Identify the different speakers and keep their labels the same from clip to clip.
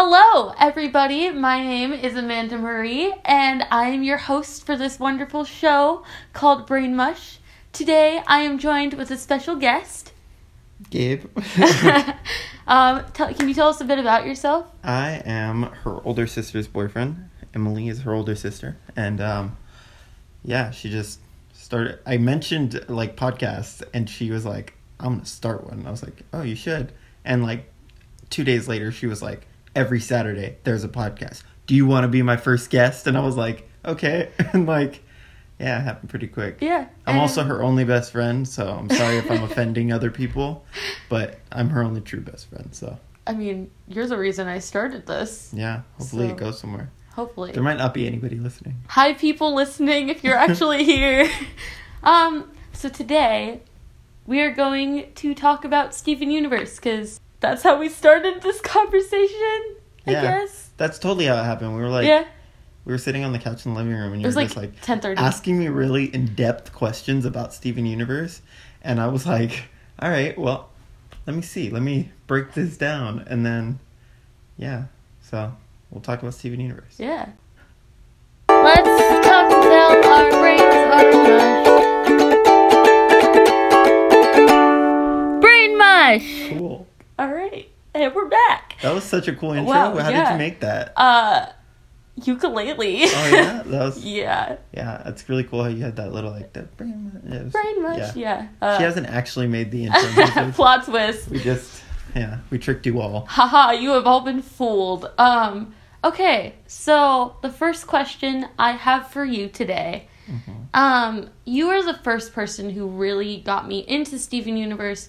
Speaker 1: Hello, everybody. My name is Amanda Marie, and I am your host for this wonderful show called Brain Mush. Today, I am joined with a special guest.
Speaker 2: Gabe.
Speaker 1: um, tell, can you tell us a bit about yourself?
Speaker 2: I am her older sister's boyfriend. Emily is her older sister. And um, yeah, she just started. I mentioned like podcasts, and she was like, I'm going to start one. And I was like, oh, you should. And like two days later, she was like, every Saturday, there's a podcast. Do you want to be my first guest? And I was like, okay. And like, yeah, it happened pretty quick.
Speaker 1: Yeah.
Speaker 2: I'm
Speaker 1: and-
Speaker 2: also her only best friend, so I'm sorry if I'm offending other people, but I'm her only true best friend, so.
Speaker 1: I mean, you're the reason I started this.
Speaker 2: Yeah, hopefully
Speaker 1: So-
Speaker 2: it goes somewhere.
Speaker 1: Hopefully.
Speaker 2: There might not be anybody listening.
Speaker 1: Hi, people listening, if you're actually here. um, so today we are going to talk about Steven Universe because that's how we started this conversation. I
Speaker 2: Yeah.
Speaker 1: guess.
Speaker 2: That's totally how it happened. We were like,
Speaker 1: yeah.
Speaker 2: we were sitting on the couch in the living room, and
Speaker 1: It
Speaker 2: you were
Speaker 1: was like
Speaker 2: just like
Speaker 1: ten thirty.
Speaker 2: asking me really in depth questions about Steven Universe, and I was like, all right, well, let me see, let me break this down, and then, yeah, so we'll talk about Steven Universe.
Speaker 1: Yeah. Let's talk until our brains are mush. Brain mush.
Speaker 2: Cool.
Speaker 1: All right, and we're back.
Speaker 2: That was such a cool intro.
Speaker 1: Wow,
Speaker 2: how did
Speaker 1: yeah.
Speaker 2: you make that?
Speaker 1: Uh, ukulele.
Speaker 2: Oh yeah, that was
Speaker 1: yeah.
Speaker 2: yeah. It's really cool how you had that little like that. it was-
Speaker 1: Brain mush.
Speaker 2: Yeah.
Speaker 1: Yeah.
Speaker 2: She
Speaker 1: Uh,
Speaker 2: hasn't actually made the intro. music.
Speaker 1: plot twist.
Speaker 2: We just, yeah, we tricked you all.
Speaker 1: Haha, you have all been fooled. Um, okay, so the first question I have for you today. Um, you are the first person who really got me into Steven Universe.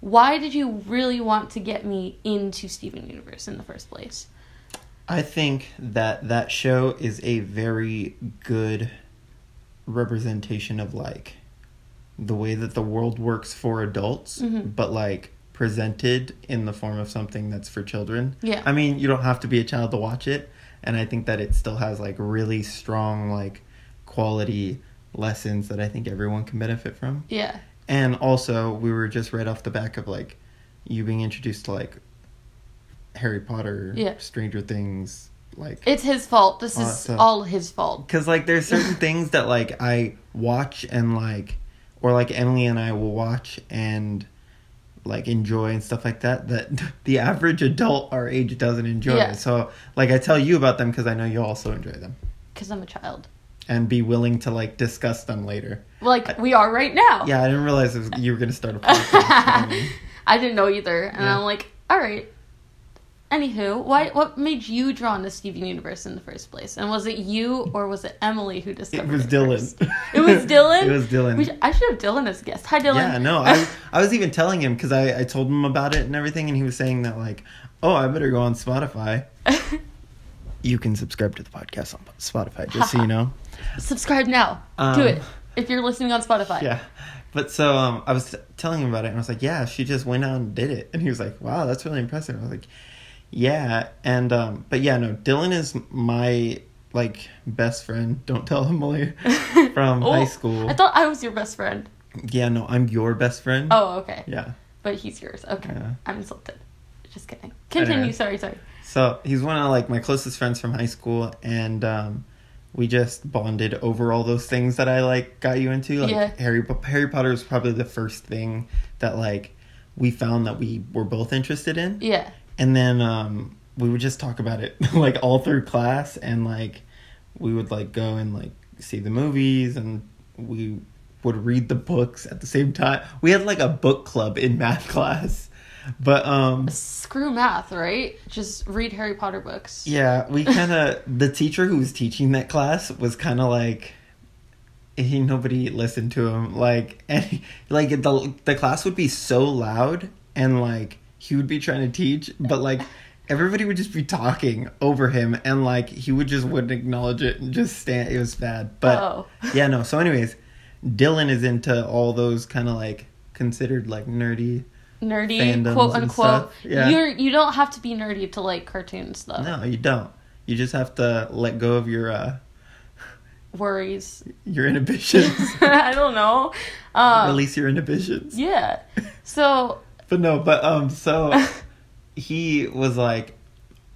Speaker 1: Why did you really want to get me into Steven Universe in the first place?
Speaker 2: I think that that show is a very good representation of like the way that the world works for adults, but like presented in the form of something that's for children.
Speaker 1: Yeah.
Speaker 2: I mean, you don't have to be a child to watch it, and I think that it still has like really strong like quality lessons that I think everyone can benefit from.
Speaker 1: Yeah.
Speaker 2: And also, we were just right off the back of like you being introduced to like Harry Potter,
Speaker 1: Yeah.
Speaker 2: Stranger Things, like
Speaker 1: It's his fault. This is
Speaker 2: Awesome.
Speaker 1: all his fault.
Speaker 2: because like there's certain things that like I watch and like or like Emily and I will watch and like enjoy and stuff like that that the average adult our age doesn't enjoy.
Speaker 1: Yeah.
Speaker 2: So like I tell you about them because I know you also enjoy them
Speaker 1: Because I'm a child. and
Speaker 2: and be willing to like discuss them later.
Speaker 1: Like we are right now.
Speaker 2: Yeah, I didn't realize it was, you were gonna start a podcast. I mean,
Speaker 1: I didn't know either, and
Speaker 2: Yeah.
Speaker 1: I'm like, all right. Anywho, why? What made you drawn to Steven Universe in the first place? And was it you or was it Emily who discovered
Speaker 2: It
Speaker 1: it?
Speaker 2: was Dylan.
Speaker 1: first? It was Dylan.
Speaker 2: it was Dylan.
Speaker 1: We should, I should have Dylan as a guest. Hi, Dylan.
Speaker 2: Yeah, no, I I was even telling him because I I told him about it and everything, and he was saying that like, oh, I better go on Spotify. You can subscribe to the podcast on Spotify, just so you know.
Speaker 1: Subscribe now. Do
Speaker 2: Um,
Speaker 1: it if you're listening on Spotify.
Speaker 2: Yeah, but so um, I was telling him about it, and I was like, yeah, she just went out and did it, and he was like, wow, that's really impressive. I was like, yeah, and um, but yeah, no, Dylan is my like best friend. Don't tell him Emily from
Speaker 1: Oh,
Speaker 2: high school.
Speaker 1: I thought I was your best friend.
Speaker 2: yeah, no, I'm your best friend.
Speaker 1: Oh, okay.
Speaker 2: Yeah.
Speaker 1: But he's yours. Okay.
Speaker 2: Yeah.
Speaker 1: I'm insulted. Just kidding. Continue.
Speaker 2: Anyway.
Speaker 1: Sorry, sorry.
Speaker 2: So he's one of like my closest friends from high school, and um, we just bonded over all those things that I like got you into. Like
Speaker 1: Yeah.
Speaker 2: Harry Po- Harry Potter was probably the first thing that like we found that we were both interested in,
Speaker 1: Yeah.
Speaker 2: and then um, we would just talk about it like all through class, and like we would like go and like see the movies, and we would read the books at the same time. We had like a book club in math class, but um.
Speaker 1: Screw math, right? Just read Harry Potter books.
Speaker 2: Yeah, we kind of the teacher who was teaching that class was kind of like he nobody listened to him like and like the the class would be so loud and like he would be trying to teach but like everybody would just be talking over him and like he would just wouldn't acknowledge it and just stand it was bad but
Speaker 1: Oh.
Speaker 2: yeah no so anyways Dylan is into all those kind of like considered like nerdy
Speaker 1: nerdy
Speaker 2: fandoms
Speaker 1: quote
Speaker 2: and
Speaker 1: unquote
Speaker 2: stuff. Yeah.
Speaker 1: you're you don't have to be nerdy to like cartoons though
Speaker 2: no you don't you just have to let go of your uh
Speaker 1: worries
Speaker 2: your inhibitions
Speaker 1: i don't know um
Speaker 2: release your inhibitions
Speaker 1: yeah so
Speaker 2: but no but um so he was like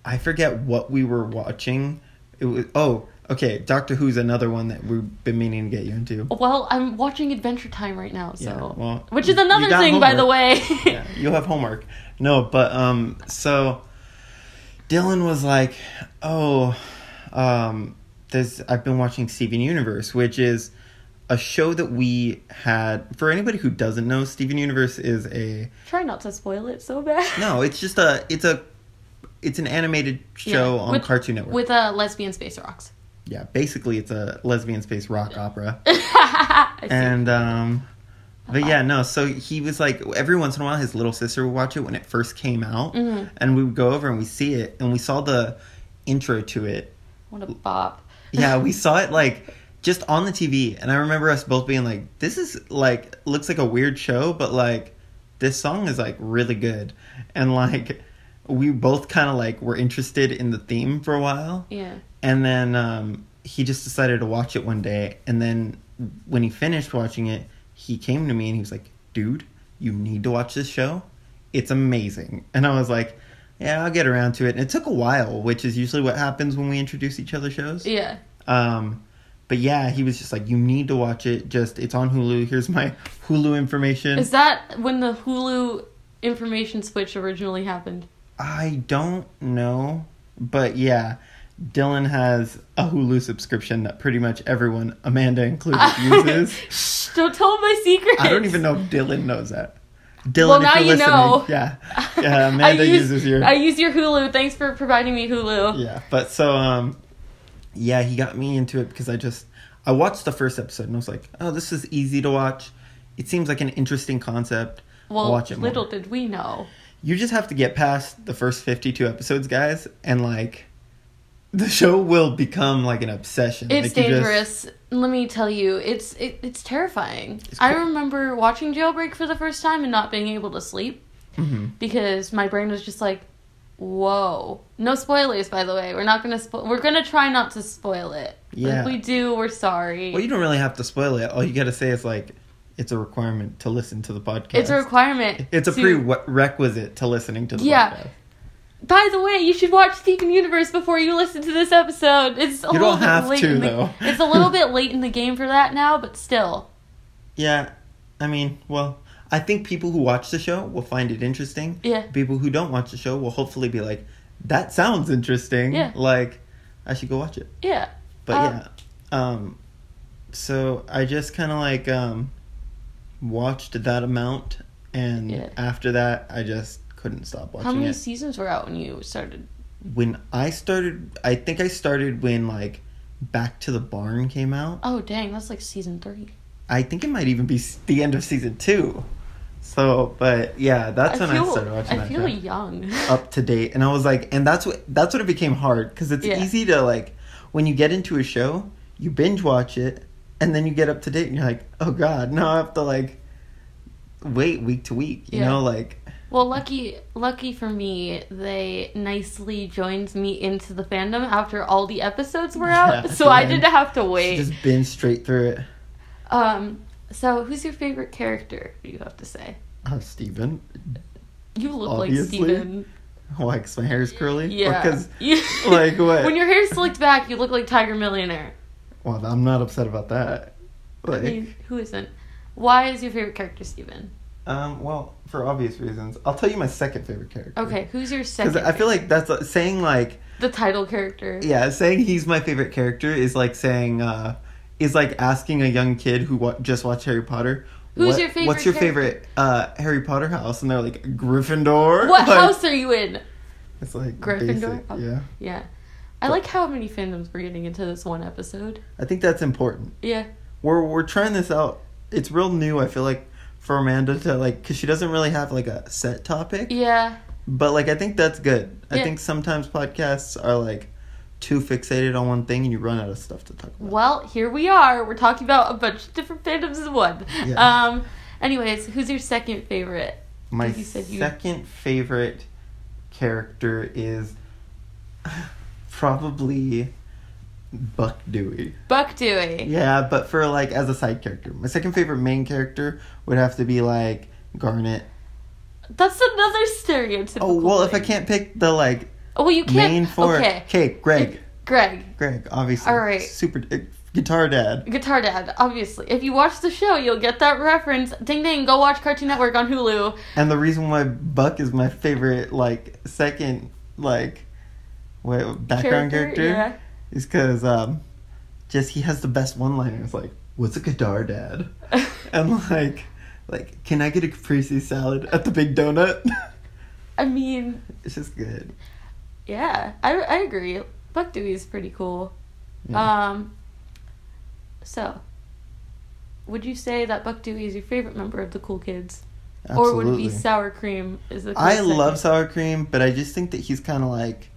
Speaker 2: I forget what we were watching. It was oh okay. Doctor Who's another one that we've been meaning to get you into.
Speaker 1: Well, I'm watching Adventure Time right now, so
Speaker 2: Yeah, well,
Speaker 1: which is
Speaker 2: you
Speaker 1: another
Speaker 2: got
Speaker 1: thing, by the way.
Speaker 2: homework. yeah, you'll have homework. No, but um, so Dylan was like, "Oh, um, there's I've been watching Steven Universe, which is a show that we had. For anybody who doesn't know, Steven Universe is a
Speaker 1: Try not to spoil it so bad.
Speaker 2: no. It's just a it's a it's an animated
Speaker 1: Yeah,
Speaker 2: show on
Speaker 1: with-
Speaker 2: Cartoon Network.
Speaker 1: with a lesbian space rocks.
Speaker 2: yeah, basically, it's a lesbian space rock opera.
Speaker 1: I see.
Speaker 2: and um but yeah no so he was like every once in a while his little sister would watch it when it first came out and we would go over and we see it and we saw the intro to it
Speaker 1: what a bop.
Speaker 2: yeah we saw it like just on the tv and i remember us both being like this is like looks like a weird show but like this song is like really good and like we both kind of like were interested in the theme for a while
Speaker 1: Yeah.
Speaker 2: and then um, he just decided to watch it one day. And then when he finished watching it, he came to me and he was like, dude, you need to watch this show. It's amazing. And I was like, yeah, I'll get around to it. And it took a while, which is usually what happens when we introduce each other shows.
Speaker 1: Yeah.
Speaker 2: Um, but yeah, he was just like, you need to watch it. Just, it's on Hulu. Here's my Hulu information.
Speaker 1: Is that when the Hulu information switch originally happened?
Speaker 2: I don't know, but yeah, Dylan has a Hulu subscription that pretty much everyone, Amanda included, uses.
Speaker 1: Shh, don't tell my secret.
Speaker 2: I don't even know if Dylan knows that. Dylan,
Speaker 1: Well, now
Speaker 2: if
Speaker 1: you
Speaker 2: you're listening,
Speaker 1: know.
Speaker 2: yeah, yeah, Uh, Amanda uses your,
Speaker 1: I use your Hulu. Thanks for providing me Hulu.
Speaker 2: yeah. But so, um, yeah, he got me into it because I just I watched the first episode and I was like, oh, this is easy to watch. It seems like an interesting concept. I'll
Speaker 1: Well,
Speaker 2: watch it more.
Speaker 1: little did we know.
Speaker 2: you just have to get past the first 52 episodes guys and like the show will become like an obsession
Speaker 1: It's
Speaker 2: Like, you just-
Speaker 1: dangerous. Let me tell you, it's it, it's terrifying. I
Speaker 2: cool.
Speaker 1: remember watching Jailbreak for the first time and not being able to sleep
Speaker 2: Mm-hmm.
Speaker 1: because my brain was just like, "Whoa!" No spoilers, by the way. We're not gonna spoil. We're gonna try not to spoil it.
Speaker 2: Yeah.
Speaker 1: If we do, we're sorry.
Speaker 2: well you don't really have to spoil it all you gotta say is like it's a requirement to listen to the podcast
Speaker 1: it's a requirement.
Speaker 2: it's a
Speaker 1: to-
Speaker 2: prerequisite to listening to the
Speaker 1: Yeah.
Speaker 2: podcast
Speaker 1: By the way, you should watch Steven Universe before you listen to this episode. It's a
Speaker 2: You don't
Speaker 1: little
Speaker 2: have
Speaker 1: bit late
Speaker 2: to,
Speaker 1: in the-
Speaker 2: though.
Speaker 1: it's a little bit late in the game for that now, but still.
Speaker 2: yeah i mean well i think people who watch the show will find it interesting
Speaker 1: Yeah.
Speaker 2: people who don't watch the show will hopefully be like that sounds interesting
Speaker 1: Yeah.
Speaker 2: like i should go watch it
Speaker 1: Yeah.
Speaker 2: But
Speaker 1: Um,
Speaker 2: yeah, um, so I just kind of like um, watched that amount, and
Speaker 1: Yeah.
Speaker 2: after that, I just couldn't stop
Speaker 1: How
Speaker 2: watching
Speaker 1: many
Speaker 2: it.
Speaker 1: seasons were out when you started?
Speaker 2: When I started, I think I started when like Back to the Barn came out.
Speaker 1: Oh, dang, that's like season three.
Speaker 2: I think it might even be s- the end of season two. So, but yeah, that's when I started watching
Speaker 1: I
Speaker 2: that.
Speaker 1: feel
Speaker 2: show.
Speaker 1: young.
Speaker 2: up to date and i was like and that's what that's what it became hard because it's
Speaker 1: Yeah.
Speaker 2: easy to like when you get into a show you binge watch it and then you get up to date and you're like oh god now i have to like wait week to week you
Speaker 1: Yeah.
Speaker 2: know like
Speaker 1: well, lucky, lucky for me, they nicely joined me into the fandom after all the episodes were out,
Speaker 2: Yeah,
Speaker 1: so I
Speaker 2: dang.
Speaker 1: didn't have to
Speaker 2: you
Speaker 1: wait.
Speaker 2: just binge straight through it
Speaker 1: Um, so who's your favorite character? You have to say.
Speaker 2: oh steven
Speaker 1: You look
Speaker 2: Obviously.
Speaker 1: like Steven.
Speaker 2: why because my hair is curly
Speaker 1: Yeah.
Speaker 2: because
Speaker 1: You-
Speaker 2: like what?
Speaker 1: when your hair's slicked back, you look like Tiger Millionaire.
Speaker 2: well i'm not upset about that like
Speaker 1: I mean, who isn't? Why is your favorite character Steven?
Speaker 2: um well for obvious reasons i'll tell you my second favorite character
Speaker 1: Okay, who's your second?
Speaker 2: because i feel like that's uh, saying like
Speaker 1: the title character.
Speaker 2: Yeah, saying he's my favorite character is like saying uh is like asking a young kid who wa- just watched Harry Potter.
Speaker 1: Who's
Speaker 2: "What-
Speaker 1: your favorite
Speaker 2: What's your
Speaker 1: character?"
Speaker 2: favorite uh Harry Potter house? And they're like Gryffindor.
Speaker 1: What
Speaker 2: Like,
Speaker 1: house are you in?
Speaker 2: It's like
Speaker 1: Gryffindor?
Speaker 2: Gryffindor.
Speaker 1: Oh.
Speaker 2: yeah,
Speaker 1: Yeah. I like how many fandoms we're getting into this one episode.
Speaker 2: I think that's important.
Speaker 1: Yeah.
Speaker 2: We're we're trying this out. It's real new. I feel like for Amanda to like because she doesn't really have like a set topic.
Speaker 1: Yeah.
Speaker 2: But like I think that's good. I
Speaker 1: Yeah.
Speaker 2: think sometimes podcasts are like too fixated on one thing and you run out of stuff to talk about.
Speaker 1: Well, here we are. We're talking about a bunch of different fandoms in one.
Speaker 2: Yeah.
Speaker 1: Um anyways, who's your second favorite?
Speaker 2: My
Speaker 1: Like you said, you-
Speaker 2: second favorite character is probably Buck Dewey.
Speaker 1: Buck Dewey.
Speaker 2: Yeah, but for like as a side character. My second favorite main character would have to be like Garnet.
Speaker 1: That's another stereotype.
Speaker 2: Oh well, if I can't pick the like
Speaker 1: Well, you can't.
Speaker 2: Main four.
Speaker 1: Okay.
Speaker 2: Greg.
Speaker 1: Greg,
Speaker 2: Greg, obviously.
Speaker 1: All right.
Speaker 2: Super uh, guitar dad.
Speaker 1: Guitar Dad, obviously. If you watch the show, you'll get that reference. Ding ding, go watch Cartoon Network on Hulu.
Speaker 2: And the reason why Buck is my favorite, like second, like, what background character,
Speaker 1: Yeah.
Speaker 2: is because um, just he has the best one-liners. Like, what's a guitar dad? and like, like, can I get a caprese salad at the Big Donut?
Speaker 1: I mean,
Speaker 2: it's just good.
Speaker 1: yeah, I, I agree. Buck Dewey is pretty cool.
Speaker 2: Yeah.
Speaker 1: Um, so, would you say that Buck Dewey is your favorite member of the Cool Kids? Or would it be
Speaker 2: Absolutely.
Speaker 1: Sour Cream? Is the
Speaker 2: I
Speaker 1: close second?
Speaker 2: love sour cream, but I just think that he's kind of like,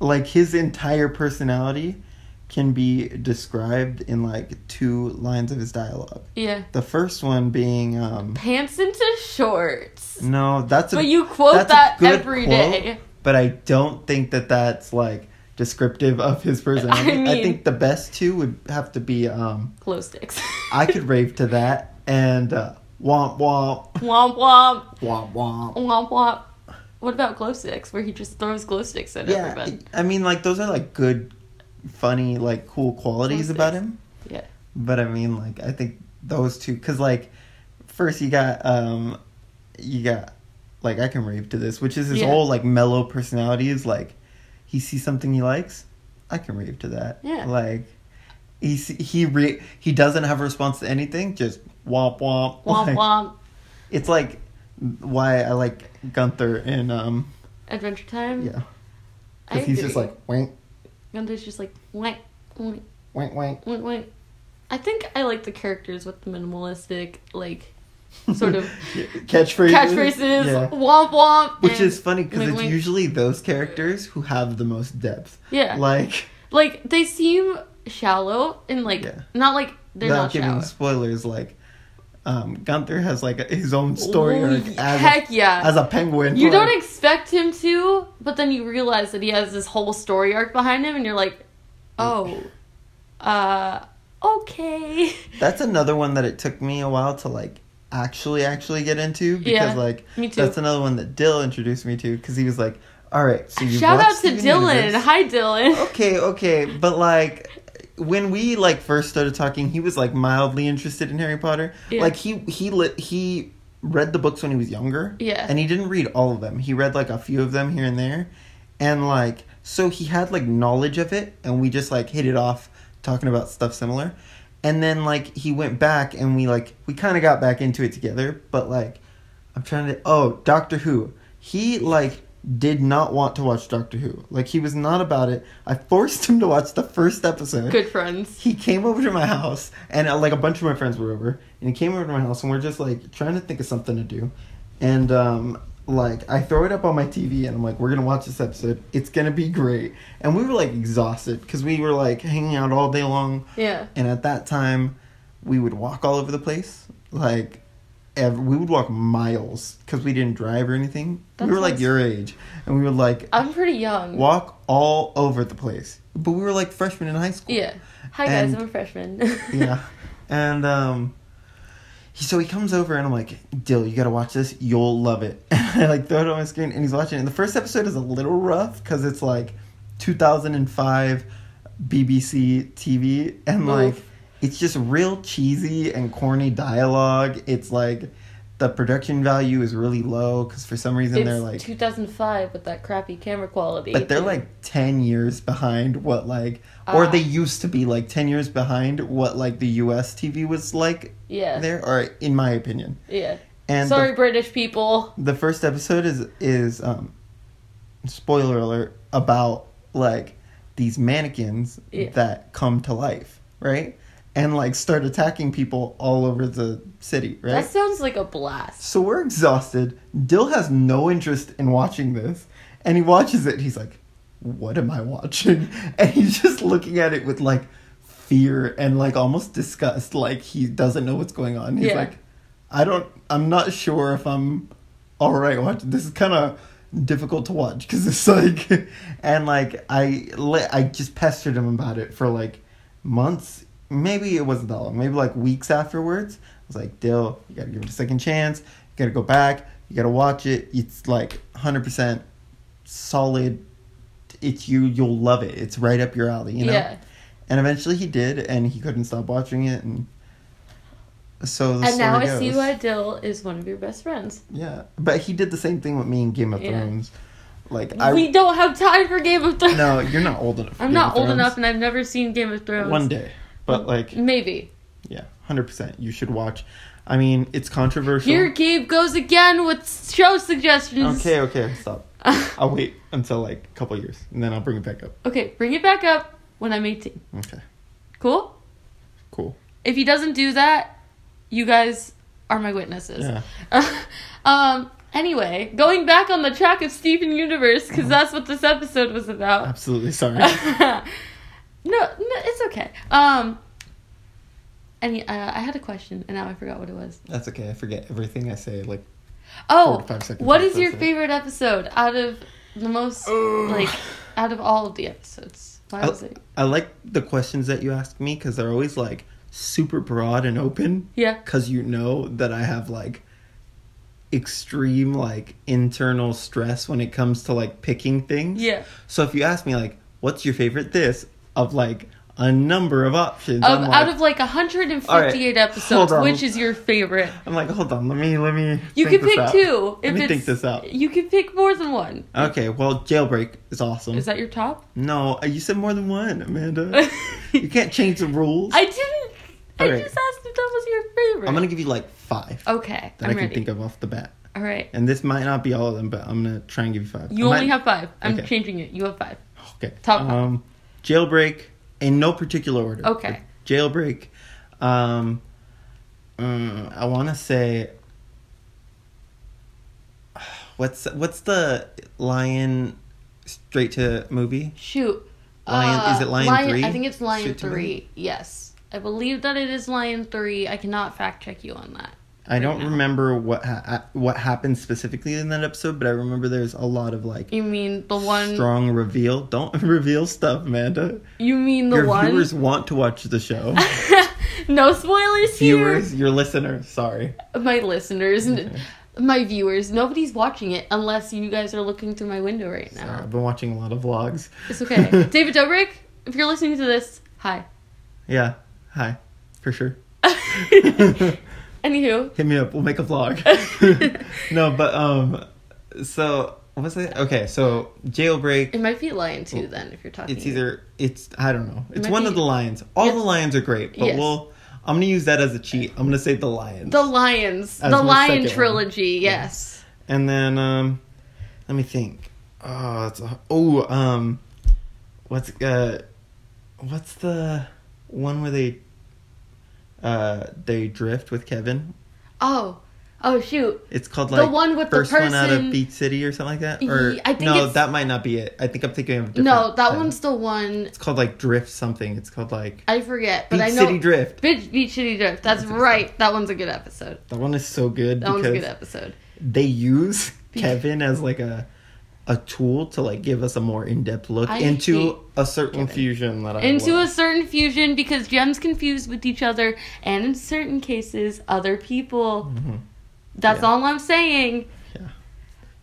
Speaker 2: like his entire personality can be described in like two lines of his dialogue.
Speaker 1: Yeah.
Speaker 2: The first one being, um,
Speaker 1: Pants into shorts.
Speaker 2: no, that's a,
Speaker 1: But you quote
Speaker 2: that's a
Speaker 1: that
Speaker 2: good
Speaker 1: every day.
Speaker 2: quote, But I don't think that that's like descriptive of his personality. I,
Speaker 1: mean-
Speaker 2: think the best two would have to be, um,
Speaker 1: Glow sticks.
Speaker 2: I could rave to that and uh, womp womp
Speaker 1: womp womp.
Speaker 2: womp womp.
Speaker 1: Womp womp. What about glow sticks, where he just throws glow sticks at everybody?
Speaker 2: I mean, like those are like good, funny, like cool qualities
Speaker 1: Cool
Speaker 2: about
Speaker 1: things.
Speaker 2: him.
Speaker 1: Yeah.
Speaker 2: But I mean, like I think those two, because like first you got um, you got like I can rave to this, which is his
Speaker 1: Yeah.
Speaker 2: whole like mellow personality is like he sees something he likes, I can rave to that.
Speaker 1: Yeah.
Speaker 2: Like he se- he re- he doesn't have a response to anything, just womp womp
Speaker 1: Womp
Speaker 2: Like,
Speaker 1: womp.
Speaker 2: It's like why I like Gunther and um
Speaker 1: Adventure Time.
Speaker 2: yeah,
Speaker 1: I
Speaker 2: because he's just
Speaker 1: agree.
Speaker 2: like wank
Speaker 1: Gunther's just like wank, wank,
Speaker 2: wank wank.
Speaker 1: wank, wank. I think I like the characters with the minimalistic like sort of
Speaker 2: catchphrases.
Speaker 1: catchphrases.
Speaker 2: Yeah.
Speaker 1: Womp womp.
Speaker 2: Which
Speaker 1: and
Speaker 2: is funny because
Speaker 1: wink,
Speaker 2: it's
Speaker 1: wink.
Speaker 2: usually those characters who have the most depth.
Speaker 1: yeah. Like,
Speaker 2: Like,
Speaker 1: they seem shallow and like
Speaker 2: Yeah.
Speaker 1: not like they're
Speaker 2: without
Speaker 1: not
Speaker 2: giving
Speaker 1: shallow.
Speaker 2: spoilers, like um, Gunther has like his own story
Speaker 1: Ooh,
Speaker 2: arc as
Speaker 1: heck
Speaker 2: a,
Speaker 1: yeah.
Speaker 2: as a penguin.
Speaker 1: You
Speaker 2: like,
Speaker 1: don't expect him to, but then you realize that he has this whole story arc behind him, and you're like, oh, uh, okay.
Speaker 2: That's another one that it took me a while to like actually actually get into because
Speaker 1: Yeah,
Speaker 2: like
Speaker 1: me too.
Speaker 2: that's another one that Dill introduced me to because he was like, all right, so you
Speaker 1: Shout out
Speaker 2: watched
Speaker 1: to
Speaker 2: Steven
Speaker 1: Dylan.
Speaker 2: Universe."
Speaker 1: Hi, Dylan.
Speaker 2: okay, okay, but like when we like first started talking, he was like mildly interested in Harry Potter.
Speaker 1: Yeah.
Speaker 2: Like he he lit he read the books when he was younger.
Speaker 1: Yeah.
Speaker 2: And he didn't read all of them. He read like a few of them here and there. And like so he had like knowledge of it and we just like hit it off talking about stuff similar. And then like he went back and we like we kind of got back into it together, but like I'm trying to oh, Doctor Who. He like did not want to watch Doctor Who. Like he was not about it. I forced him to watch the first episode
Speaker 1: Good friends.
Speaker 2: he came over to my house and uh, like a bunch of my friends were over and he came over to my house and we're just like trying to think of something to do and um like i throw it up on my tv and i'm like we're gonna watch this episode it's gonna be great and we were like exhausted because we were like hanging out all day long
Speaker 1: Yeah.
Speaker 2: and at that time we would walk all over the place like ev- we would walk miles because we didn't drive or anything
Speaker 1: That
Speaker 2: we were like
Speaker 1: sounds-
Speaker 2: your age and we would like
Speaker 1: I'm pretty young.
Speaker 2: walk all over the place but we were like freshmen in high school
Speaker 1: Yeah. Hi, guys.
Speaker 2: And-
Speaker 1: I'm a freshman.
Speaker 2: yeah. And um he, so he comes over and I'm like, Dill, you gotta watch this. You'll love it. And I like throw it on my screen and he's watching it. And the first episode is a little rough because it's like 2005 BBC TV and like
Speaker 1: Oof.
Speaker 2: it's just real cheesy and corny dialogue. It's like the production value is really low because for some reason
Speaker 1: It's
Speaker 2: they're like
Speaker 1: 2005 with that crappy camera quality.
Speaker 2: but they're
Speaker 1: too.
Speaker 2: like 10 years behind what like or
Speaker 1: Ah.
Speaker 2: they used to be like 10 years behind what like the US TV was like
Speaker 1: yeah,
Speaker 2: there or in my opinion.
Speaker 1: yeah.
Speaker 2: And
Speaker 1: Sorry, British people.
Speaker 2: the, the first episode is is um spoiler alert about like these mannequins
Speaker 1: Yeah.
Speaker 2: that come to life, right? And like start attacking people all over the city, right?
Speaker 1: That sounds like a blast.
Speaker 2: So we're exhausted. Dill has no interest in watching this, and he watches it. He's like, "What am I watching?" And he's just looking at it with like fear and like almost disgust, like he doesn't know what's going on. He's
Speaker 1: Yeah.
Speaker 2: like, "I don't. I'm not sure if I'm all right watching. This is kind of difficult to watch because it's like, and like I li- I just pestered him about it for like months. Maybe it wasn't that long. Maybe like weeks afterwards. I was like, Dill, you gotta give it a second chance. You gotta go back. You gotta watch it. It's like hundred percent solid it's you. You'll love it. It's right up your alley. You know.
Speaker 1: Yeah.
Speaker 2: And eventually he did, and he couldn't stop watching it, and so the
Speaker 1: and now
Speaker 2: story
Speaker 1: I see
Speaker 2: goes.
Speaker 1: why Dill is one of your best friends.
Speaker 2: Yeah, but he did the same thing with me in Game of
Speaker 1: Yeah.
Speaker 2: Thrones. Like I
Speaker 1: we don't have time for Game of Thrones.
Speaker 2: no, you're not old enough. for
Speaker 1: I'm
Speaker 2: Game
Speaker 1: not
Speaker 2: of
Speaker 1: old
Speaker 2: Thrones.
Speaker 1: enough, and I've never seen Game of Thrones.
Speaker 2: One day, but like
Speaker 1: Maybe.
Speaker 2: yeah, hundred percent. You should watch. I mean, it's controversial.
Speaker 1: Here, Gabe goes again with show suggestions.
Speaker 2: Okay, okay, stop. I'll wait until like a couple years, and then I'll bring it back up.
Speaker 1: okay, bring it back up when I'm 18.
Speaker 2: Okay,
Speaker 1: Cool?
Speaker 2: cool.
Speaker 1: If he doesn't do that, you guys are my witnesses.
Speaker 2: Yeah.
Speaker 1: um. Anyway, going back on the track of Steven Universe,
Speaker 2: Oh.
Speaker 1: because that's what this episode was about.
Speaker 2: Absolutely sorry.
Speaker 1: no, no, it's okay. Um, and uh, I had a question, and now I forgot what it was.
Speaker 2: That's okay. I forget everything I say. Like
Speaker 1: Oh,
Speaker 2: 45 seconds
Speaker 1: what
Speaker 2: left,
Speaker 1: is your
Speaker 2: that's it.
Speaker 1: favorite episode out of the most
Speaker 2: Ugh.
Speaker 1: like out of all of the episodes? Why
Speaker 2: I,
Speaker 1: was it?
Speaker 2: I like the questions that you ask me because they're always like super broad and open.
Speaker 1: Yeah,
Speaker 2: because you know that I have like extreme like internal stress when it comes to like picking things.
Speaker 1: yeah.
Speaker 2: So if you ask me like, what's your favorite this of like a number of options,
Speaker 1: Of,
Speaker 2: I'm like,
Speaker 1: out of like 158
Speaker 2: All right,
Speaker 1: episodes,
Speaker 2: hold on.
Speaker 1: which is your favorite?
Speaker 2: I'm like, hold on, let me let me.
Speaker 1: You can
Speaker 2: think this
Speaker 1: pick
Speaker 2: out.
Speaker 1: two.
Speaker 2: Let
Speaker 1: If
Speaker 2: me
Speaker 1: it's,
Speaker 2: think this out.
Speaker 1: You can pick more than one.
Speaker 2: Okay, well, jailbreak is awesome.
Speaker 1: Is that your top?
Speaker 2: no, uh, you said more than one, Amanda. you
Speaker 1: I
Speaker 2: can't change the rules. I-
Speaker 1: didn't. I
Speaker 2: All right.
Speaker 1: just asked if that was your favorite.
Speaker 2: am gonna give you like five
Speaker 1: Okay,
Speaker 2: that
Speaker 1: Oh, I'm
Speaker 2: I can
Speaker 1: ready.
Speaker 2: think of off the bat.
Speaker 1: All right.
Speaker 2: And this might not be all of them, but I'm gonna try and give you five.
Speaker 1: You
Speaker 2: I might-
Speaker 1: only have five. I'm
Speaker 2: Okay.
Speaker 1: changing it. You have five.
Speaker 2: Okay.
Speaker 1: Top five.
Speaker 2: Um, jailbreak in no particular order.
Speaker 1: Okay.
Speaker 2: Jailbreak. Um, mm, I want to say. What's what's the lion straight to movie?
Speaker 1: Shoot.
Speaker 2: Lion- is it Lion three?
Speaker 1: I think it's Lion
Speaker 2: Shoot to me.
Speaker 1: three. Yes, I believe that it is Lion three. I cannot fact check you on that.
Speaker 2: I don't
Speaker 1: now.
Speaker 2: remember what ha- I- what happened specifically in that episode, but I remember there's a lot of like
Speaker 1: You mean the one?
Speaker 2: strong reveal. Don't reveal stuff, Amanda.
Speaker 1: You mean the
Speaker 2: Your
Speaker 1: one?
Speaker 2: viewers want to watch the show.
Speaker 1: no spoilers
Speaker 2: viewers, your listeners. Sorry.
Speaker 1: here. My listeners, n- my viewers. Nobody's watching it unless you guys are looking through my window right now.
Speaker 2: Sorry, I've been watching a lot of vlogs.
Speaker 1: It's okay. David Dobrik, if you're listening to this, hi.
Speaker 2: Yeah. Hi. For sure.
Speaker 1: Anywho,
Speaker 2: Hit me up. We'll make a vlog. no, but um so what was it? Okay, so jailbreak
Speaker 1: it might be Lion two then if you're talking.
Speaker 2: it's either it's I don't know. It's
Speaker 1: might
Speaker 2: one
Speaker 1: be-
Speaker 2: of the lions. All
Speaker 1: Yes.
Speaker 2: the lions are great, but
Speaker 1: Yes.
Speaker 2: we'll I'm gonna use that as a cheat. I'm gonna say the lions.
Speaker 1: The Lions.
Speaker 2: As
Speaker 1: the
Speaker 2: my second
Speaker 1: Lion
Speaker 2: one.
Speaker 1: trilogy, yes.
Speaker 2: and then um let me think. Oh it's a, oh um what's uh what's the one where they uh they drift with Kevin?
Speaker 1: Oh. Oh shoot.
Speaker 2: It's called
Speaker 1: The
Speaker 2: like
Speaker 1: one with the
Speaker 2: first one out
Speaker 1: person-
Speaker 2: of Beat City or something like that. Or
Speaker 1: Ye- I think
Speaker 2: no,
Speaker 1: it's-
Speaker 2: that might not be it. I think I'm thinking of a different
Speaker 1: No, that
Speaker 2: title.
Speaker 1: one's the one
Speaker 2: It's called like Drift something. It's called like
Speaker 1: I forget, but
Speaker 2: Beat
Speaker 1: I know
Speaker 2: City Drift.
Speaker 1: Beach, Beach City Drift. That's
Speaker 2: That's
Speaker 1: right. That one's a good episode.
Speaker 2: That one is so good
Speaker 1: That one's a good
Speaker 2: because
Speaker 1: episode.
Speaker 2: they use
Speaker 1: Be-
Speaker 2: Kevin as like a a tool to like give us a more in depth look
Speaker 1: I hate
Speaker 2: into a certain
Speaker 1: Kevin.
Speaker 2: fusion that I
Speaker 1: Into a
Speaker 2: love.
Speaker 1: certain fusion because gems confused with each other and in certain cases other people. That's
Speaker 2: Mm-hmm. Yeah.
Speaker 1: all I'm saying.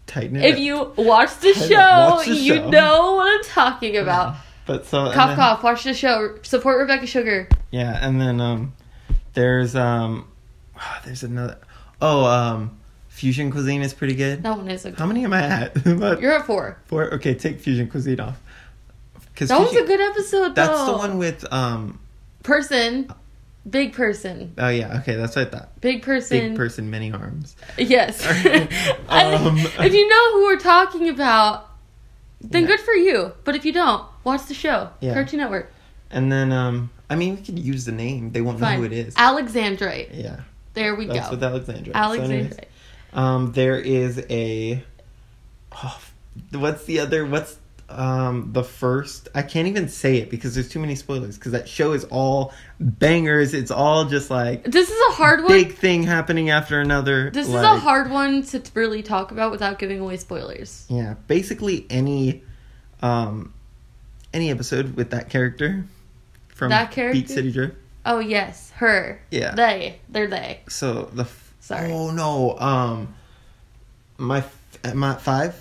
Speaker 2: tighten it.
Speaker 1: If
Speaker 2: up.
Speaker 1: you watch the
Speaker 2: Hey,
Speaker 1: show,
Speaker 2: watch the
Speaker 1: you
Speaker 2: show.
Speaker 1: know what I'm talking about.
Speaker 2: but so and
Speaker 1: Cough
Speaker 2: then-
Speaker 1: cough, watch the show. Support Rebecca Sugar.
Speaker 2: Yeah, and then um there's um there's another oh um fusion cuisine is pretty good.
Speaker 1: That one is a good
Speaker 2: How many am I at? About
Speaker 1: You're at four.
Speaker 2: Four. Okay, take fusion cuisine off. 'Cause
Speaker 1: That was
Speaker 2: fusion-
Speaker 1: a good episode,
Speaker 2: That's
Speaker 1: though.
Speaker 2: the one with um.
Speaker 1: Person, big person,
Speaker 2: Oh yeah. Okay, that's what I thought.
Speaker 1: big person.
Speaker 2: Big person, many arms.
Speaker 1: Yes. I-
Speaker 2: Um,
Speaker 1: if you know who we're talking about, then
Speaker 2: Yeah.
Speaker 1: good for you. But if you don't, watch the show.
Speaker 2: Yeah.
Speaker 1: Cartoon Network.
Speaker 2: And then um, I mean, we could use the name. They won't know
Speaker 1: Fine.
Speaker 2: who it is.
Speaker 1: Alexandrite.
Speaker 2: yeah,
Speaker 1: There we
Speaker 2: that's
Speaker 1: go.
Speaker 2: with Alexandra. So anyways,
Speaker 1: Alexandrite.
Speaker 2: um, there is a. Oh, f- what's the other? What's um the first? I can't even say it because there's too many spoilers. Because that show is all bangers. It's all just like
Speaker 1: This is a hard one.
Speaker 2: big thing happening after another.
Speaker 1: this is a
Speaker 2: like-
Speaker 1: hard one to really talk about without giving away spoilers.
Speaker 2: Yeah, basically any um any episode with that character from
Speaker 1: That character?
Speaker 2: Beat City Drift.
Speaker 1: Oh yes, her.
Speaker 2: Yeah.
Speaker 1: They. They're they.
Speaker 2: So the f-
Speaker 1: Sorry.
Speaker 2: Oh no, um my f- at my five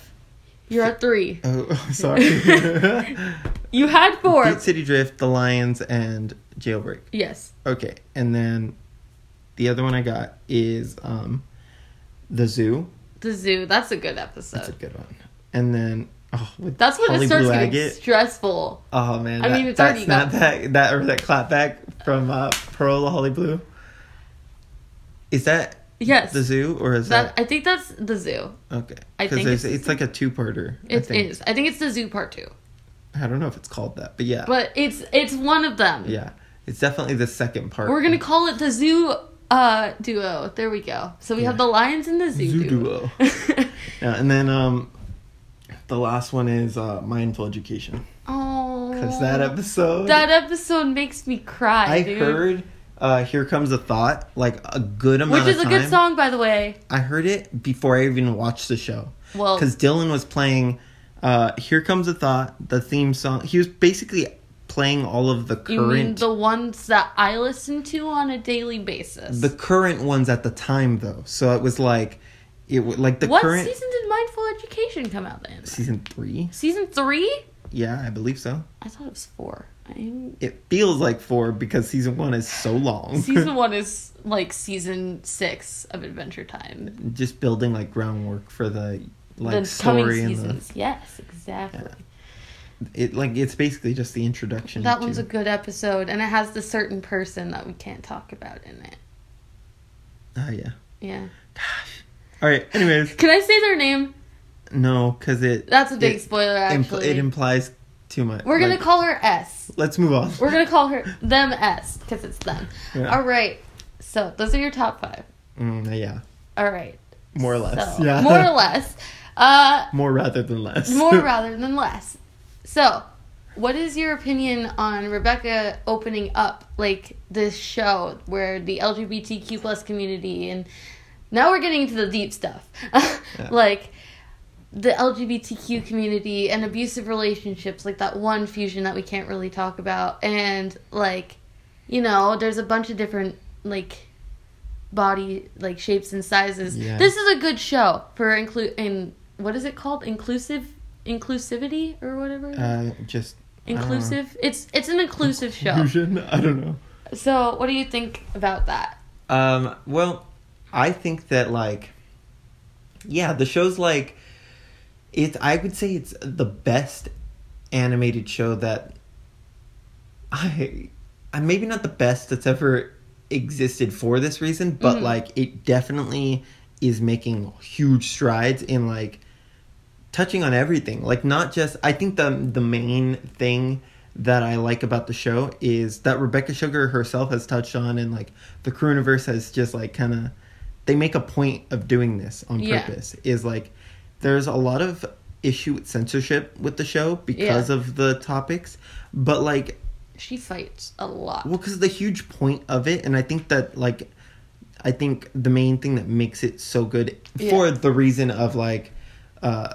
Speaker 1: You're at three.
Speaker 2: Oh, sorry.
Speaker 1: You had four.
Speaker 2: Beat City Drift, The Lions, and Jailbreak.
Speaker 1: Yes.
Speaker 2: Okay, and then the other one I got is um, The Zoo.
Speaker 1: The zoo. That's a good
Speaker 2: That's a
Speaker 1: episode.
Speaker 2: good one. And then oh, with
Speaker 1: That's when
Speaker 2: Holly
Speaker 1: it starts
Speaker 2: Blue
Speaker 1: getting
Speaker 2: Agate.
Speaker 1: stressful.
Speaker 2: Oh man,
Speaker 1: I
Speaker 2: that,
Speaker 1: mean, it's
Speaker 2: that's
Speaker 1: already
Speaker 2: not
Speaker 1: got-
Speaker 2: that that or that clapback from uh, Pearl to Holly Blue. Is that
Speaker 1: Yes.
Speaker 2: the zoo or is
Speaker 1: that,
Speaker 2: that,
Speaker 1: I think that's the zoo.
Speaker 2: okay?
Speaker 1: I think
Speaker 2: it's,
Speaker 1: it's-
Speaker 2: it's like a two-parter. I
Speaker 1: It
Speaker 2: think.
Speaker 1: is. I think it's the zoo part two.
Speaker 2: I don't know if it's called that, but yeah,
Speaker 1: But it's it's one of them.
Speaker 2: yeah, it's definitely the second part.
Speaker 1: We're gonna call it the zoo uh duo. There we go. So we
Speaker 2: Yeah.
Speaker 1: have the lions and the zoo,
Speaker 2: Zoo
Speaker 1: duo.
Speaker 2: Yeah, and then um, the last one is uh, mindful education
Speaker 1: oh,
Speaker 2: because that episode
Speaker 1: that episode makes me cry.
Speaker 2: I
Speaker 1: dude.
Speaker 2: heard. Uh, Here comes a thought, like a good amount
Speaker 1: which is
Speaker 2: of
Speaker 1: a
Speaker 2: time.
Speaker 1: good song, by the way.
Speaker 2: I heard it before I even watched the show.
Speaker 1: Well-
Speaker 2: because Dylan was playing uh, "Here Comes a Thought," the theme song. He was basically playing all of the
Speaker 1: You mean
Speaker 2: current,
Speaker 1: the ones that I listen to on a daily basis?
Speaker 2: the current ones at the time, though. So it was like, it wa- like the
Speaker 1: what
Speaker 2: current
Speaker 1: season did Mindful Education come out in?
Speaker 2: season three.
Speaker 1: Season three?
Speaker 2: Yeah, I believe so.
Speaker 1: I thought it was four. I'm...
Speaker 2: It feels like four because season one is so long.
Speaker 1: Season one is like season six of Adventure Time.
Speaker 2: Just building like groundwork for the like
Speaker 1: the
Speaker 2: story
Speaker 1: coming
Speaker 2: and
Speaker 1: seasons. Yes, exactly.
Speaker 2: the it like it's basically just the introduction.
Speaker 1: That
Speaker 2: to-
Speaker 1: one's a good episode, and it has the certain person that we can't talk about in it.
Speaker 2: oh yeah.
Speaker 1: Yeah.
Speaker 2: All right. Anyways,
Speaker 1: Can I say their name?
Speaker 2: no, because it
Speaker 1: That's a big
Speaker 2: it-
Speaker 1: spoiler,
Speaker 2: Impl-
Speaker 1: actually.
Speaker 2: it implies too much.
Speaker 1: We're gonna
Speaker 2: Like,
Speaker 1: call her S.
Speaker 2: Let's move on.
Speaker 1: We're gonna call her them S because it's them.
Speaker 2: Yeah.
Speaker 1: All right. So those are your top five.
Speaker 2: Mm, yeah,
Speaker 1: All right.
Speaker 2: more or less.
Speaker 1: So,
Speaker 2: yeah,
Speaker 1: More or less. Uh,
Speaker 2: More rather than less.
Speaker 1: more rather than less. So, what is your opinion on Rebecca opening up like this show where the LGBTQ plus community and now we're getting into the deep stuff, like the LGBTQ community and abusive relationships, like that one fusion that we can't really talk about, and like you know, there's a bunch of different like body like shapes and sizes.
Speaker 2: Yeah.
Speaker 1: This is a good show for include in what is it called? Inclusive inclusivity or whatever.
Speaker 2: Uh, just I don't know.
Speaker 1: Inclusive. It's it's an inclusive show.
Speaker 2: Fusion? I don't know.
Speaker 1: So what do you think about that?
Speaker 2: Um, well, I think that like, yeah, the show's like, it's. I would say it's the best animated show that I, I maybe not the best that's ever existed for this reason, but like it definitely is making huge strides in like touching on everything like not just i think the the main thing that i like about the show is that rebecca sugar herself has touched on and like the crew universe has just like kind of they make a point of doing this on
Speaker 1: Yeah.
Speaker 2: purpose is like there's a lot of issue with censorship with the show because of the topics but like
Speaker 1: She fights a lot.
Speaker 2: well, because the huge point of it, and I think that like, I think the main thing that makes it so good for
Speaker 1: Yeah.
Speaker 2: the reason of like, uh,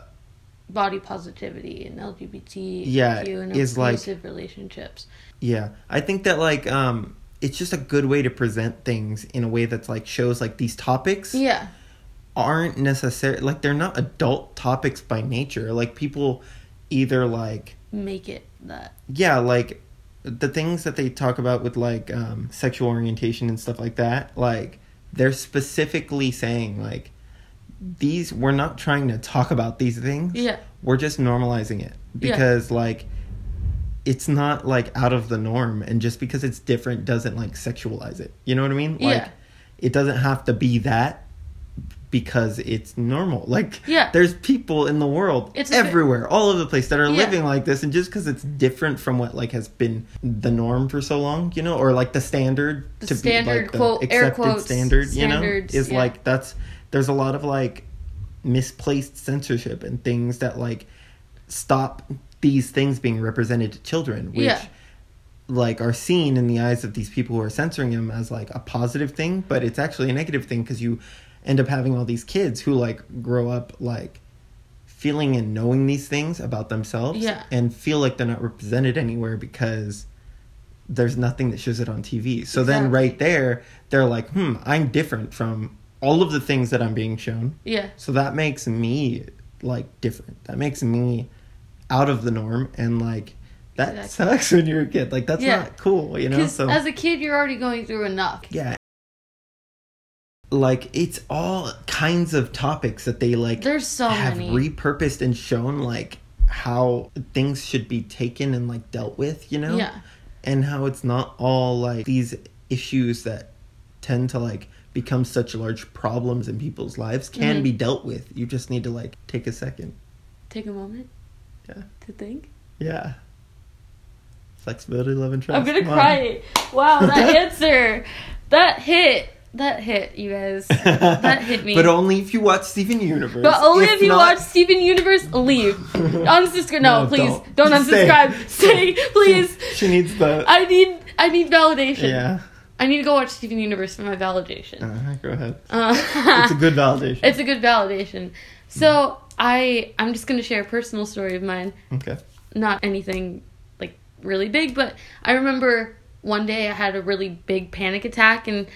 Speaker 1: Body positivity and LGBTQ
Speaker 2: Yeah,
Speaker 1: and
Speaker 2: is, like-
Speaker 1: inclusive relationships.
Speaker 2: yeah, I think that like, um, it's just a good way to present things in a way that's like shows like these topics
Speaker 1: Yeah.
Speaker 2: aren't necessarily like they're not adult topics by nature. Like people either like
Speaker 1: Make it that.
Speaker 2: yeah, like the things that they talk about with like um, sexual orientation and stuff like that, like they're specifically saying like these we're not trying to talk about these things.
Speaker 1: Yeah.
Speaker 2: We're just normalizing it
Speaker 1: Yeah.
Speaker 2: because like it's not like out of the norm and just because it's different doesn't like sexualize it. You know what I mean? Like
Speaker 1: Yeah.
Speaker 2: it doesn't have to be that because it's normal. Like
Speaker 1: Yeah.
Speaker 2: there's people in the world
Speaker 1: It's a-
Speaker 2: everywhere, all over the place that are
Speaker 1: Yeah.
Speaker 2: living like this and just because it's different from what like has been the norm for so long you know or like the standard
Speaker 1: The standard, quote, air quotes,
Speaker 2: standard you know
Speaker 1: standards,
Speaker 2: is
Speaker 1: yeah.
Speaker 2: like that's there's a lot of like misplaced censorship and things that like stop these things being represented to children which
Speaker 1: Yeah.
Speaker 2: like are seen in the eyes of these people who are censoring them as like a positive thing but it's actually a negative thing because you end up having all these kids who like grow up like feeling and knowing these things about themselves
Speaker 1: Yeah.
Speaker 2: and feel like they're not represented anywhere because there's nothing that shows it on TV. So then
Speaker 1: Exactly.
Speaker 2: right there, they're like, hmm, I'm different from all of the things that I'm being shown.
Speaker 1: Yeah.
Speaker 2: So that makes me like different. That makes me out of the norm and like that
Speaker 1: Exactly.
Speaker 2: sucks when you're a kid. Like that's
Speaker 1: Yeah.
Speaker 2: not cool, you know?
Speaker 1: Because
Speaker 2: So
Speaker 1: as a kid, you're already going through enough.
Speaker 2: yeah. Like it's all kinds of topics that they like
Speaker 1: There's so
Speaker 2: have
Speaker 1: many.
Speaker 2: repurposed and shown like how things should be taken and like dealt with, you know?
Speaker 1: Yeah.
Speaker 2: And how it's not all like these issues that tend to like become such large problems in people's lives can
Speaker 1: Mm-hmm.
Speaker 2: be dealt with. You just need to like take a second.
Speaker 1: Take a moment.
Speaker 2: Yeah.
Speaker 1: To think.
Speaker 2: Yeah. Flexibility, love, and trust.
Speaker 1: I'm gonna
Speaker 2: Come on.
Speaker 1: cry. Wow, that answer, that hit, that hit, you guys. That hit me.
Speaker 2: But only if you watch Steven Universe.
Speaker 1: But only if you watch
Speaker 2: not-
Speaker 1: Steven Universe, leave. Unsubscribe. No,
Speaker 2: No,
Speaker 1: please
Speaker 2: don't.
Speaker 1: don't,
Speaker 2: Stay.
Speaker 1: unsubscribe. Stay, please.
Speaker 2: She needs the.
Speaker 1: I need I need validation.
Speaker 2: yeah.
Speaker 1: I need to go watch Steven Universe for my validation.
Speaker 2: Uh, go ahead.
Speaker 1: Uh,
Speaker 2: It's a good validation.
Speaker 1: it's a good validation. So I I'm just gonna share a personal story of mine.
Speaker 2: okay.
Speaker 1: Not anything like really big, but I remember one day I had a really big panic attack and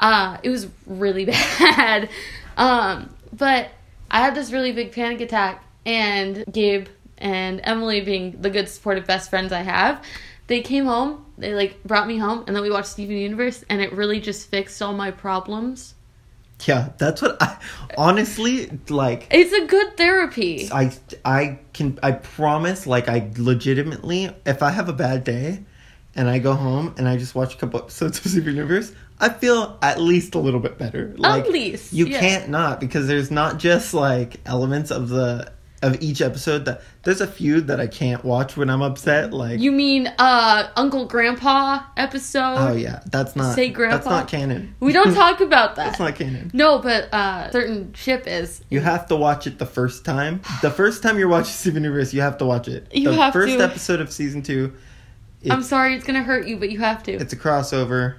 Speaker 1: uh it was really bad. um but I had this really big panic attack and Gabe and Emily being the good supportive best friends I have, they came home, they like brought me home and then we watched Steven Universe and it really just fixed all my problems.
Speaker 2: Yeah, that's what I honestly like.
Speaker 1: It's a good therapy.
Speaker 2: I I can I promise like I legitimately if I have a bad day and I go home and I just watch a couple episodes of Super Universe, I feel at least a little bit better. Like
Speaker 1: least,
Speaker 2: you
Speaker 1: yeah.
Speaker 2: can't not because there's not just like elements of the of each episode that there's a few that I can't watch when I'm upset like
Speaker 1: You mean uh Uncle Grandpa episode?
Speaker 2: oh yeah, that's not
Speaker 1: Say
Speaker 2: that's
Speaker 1: grandpa.
Speaker 2: not canon.
Speaker 1: We don't talk about that.
Speaker 2: that's not canon.
Speaker 1: No, but uh certain ship is.
Speaker 2: You have to watch it the first time. The first time you're watching Steven Universe, you have to watch it.
Speaker 1: You
Speaker 2: the
Speaker 1: have
Speaker 2: first
Speaker 1: to.
Speaker 2: episode of season two. It's,
Speaker 1: I'm sorry it's gonna hurt you, but you have to.
Speaker 2: it's a crossover.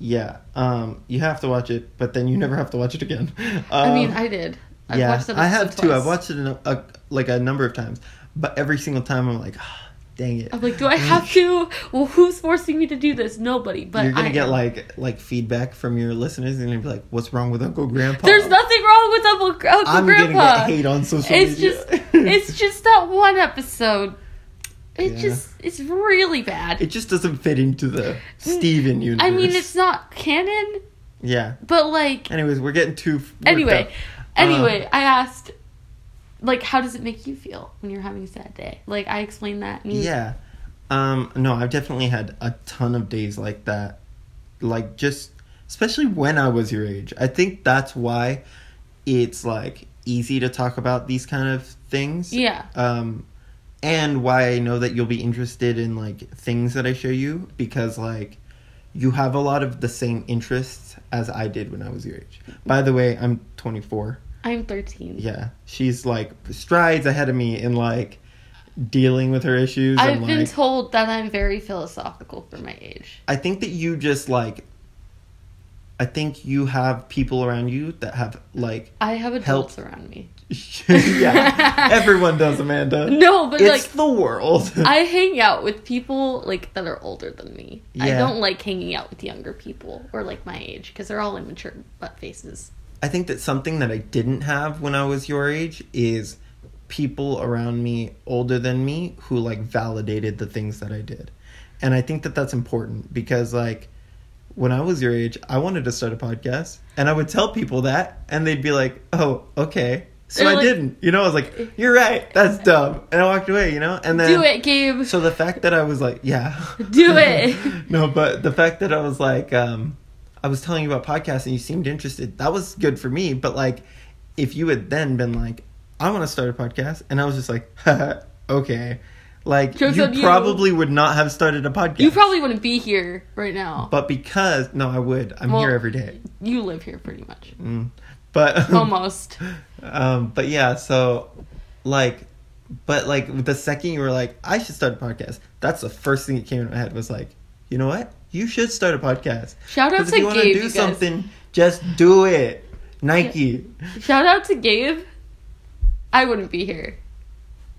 Speaker 2: Yeah, um, you have to watch it, but then you never have to watch it again. Um,
Speaker 1: I mean I did. I've
Speaker 2: yeah,
Speaker 1: watched that
Speaker 2: I
Speaker 1: episode
Speaker 2: have too.
Speaker 1: twice.
Speaker 2: I've watched it in a, a, like a number of times, but every single time I'm like, "Ah, dang it. Mm,
Speaker 1: I'm like, do I have to? Well, who's forcing me to do this? Nobody. But
Speaker 2: You're gonna
Speaker 1: I
Speaker 2: get
Speaker 1: am.
Speaker 2: like like feedback from your listeners, and you're gonna be like, "What's wrong with Uncle Grandpa?"
Speaker 1: There's nothing wrong with Uncle, Uncle
Speaker 2: I'm
Speaker 1: Grandpa.
Speaker 2: gonna get hate on social
Speaker 1: it's
Speaker 2: media.
Speaker 1: just, it's just that one episode. It
Speaker 2: Yeah.
Speaker 1: just, it's really bad.
Speaker 2: it just doesn't fit into the Steven universe.
Speaker 1: I mean, it's not canon,
Speaker 2: yeah.
Speaker 1: but like,
Speaker 2: Anyways, we're getting too. f- worked Uh,
Speaker 1: anyway,
Speaker 2: up.
Speaker 1: anyway, I asked, like, how does it make you feel when you're having a sad day? Like, I explained that. And you-
Speaker 2: Yeah. Um, no, I've definitely had a ton of days like that. Like, just, especially when I was your age. I think that's why it's, like, easy to talk about these kind of things.
Speaker 1: Yeah.
Speaker 2: Um, and why I know that you'll be interested in, like, things that I show you because, like, you have a lot of the same interests as I did when I was your age. By the way, I'm 24.
Speaker 1: I'm 13.
Speaker 2: Yeah, she's like strides ahead of me in like dealing with her issues.
Speaker 1: I've
Speaker 2: and,
Speaker 1: been
Speaker 2: like,
Speaker 1: told that I'm very philosophical for my age.
Speaker 2: I think that you just like. I think you have people around you that have like.
Speaker 1: I have adults
Speaker 2: Help.
Speaker 1: around me.
Speaker 2: yeah, everyone does, Amanda.
Speaker 1: No, but
Speaker 2: it's
Speaker 1: like
Speaker 2: the world.
Speaker 1: I hang out with people like that are older than me. I
Speaker 2: Yeah.
Speaker 1: don't like hanging out with younger people or like my age because they're all immature butt faces.
Speaker 2: I think that something that I didn't have when I was your age is people around me older than me who like validated the things that I did. And I think that that's important because like when I was your age, I wanted to start a podcast and I would tell people that and they'd be like, "Oh, okay." So
Speaker 1: They're
Speaker 2: I
Speaker 1: like-
Speaker 2: didn't. You know, I was like, "You're right. That's dumb." And I walked away, you know? And then
Speaker 1: Do it, Gabe.
Speaker 2: so the fact that I was like, yeah.
Speaker 1: Do it.
Speaker 2: no, but the fact that I was like, um, I was telling you about podcasts and you seemed interested, that was good for me. But like, if you had then been like, I want to start a podcast, and I was just like, okay, like
Speaker 1: Jokes
Speaker 2: you
Speaker 1: on you.
Speaker 2: probably would not have started a podcast.
Speaker 1: You probably wouldn't be here right now.
Speaker 2: but because no, I would. I'm
Speaker 1: Well-
Speaker 2: here every day.
Speaker 1: You live here pretty much.
Speaker 2: But
Speaker 1: Almost.
Speaker 2: um but yeah so like but like the second you were like i should start a podcast that's the first thing that came in my head was like you know what you should start a podcast
Speaker 1: Shout out
Speaker 2: 'Cause if
Speaker 1: to
Speaker 2: you wanna
Speaker 1: Gabe, you
Speaker 2: do
Speaker 1: guys.
Speaker 2: something just do it nike
Speaker 1: Shout out to Gabe. I wouldn't be here.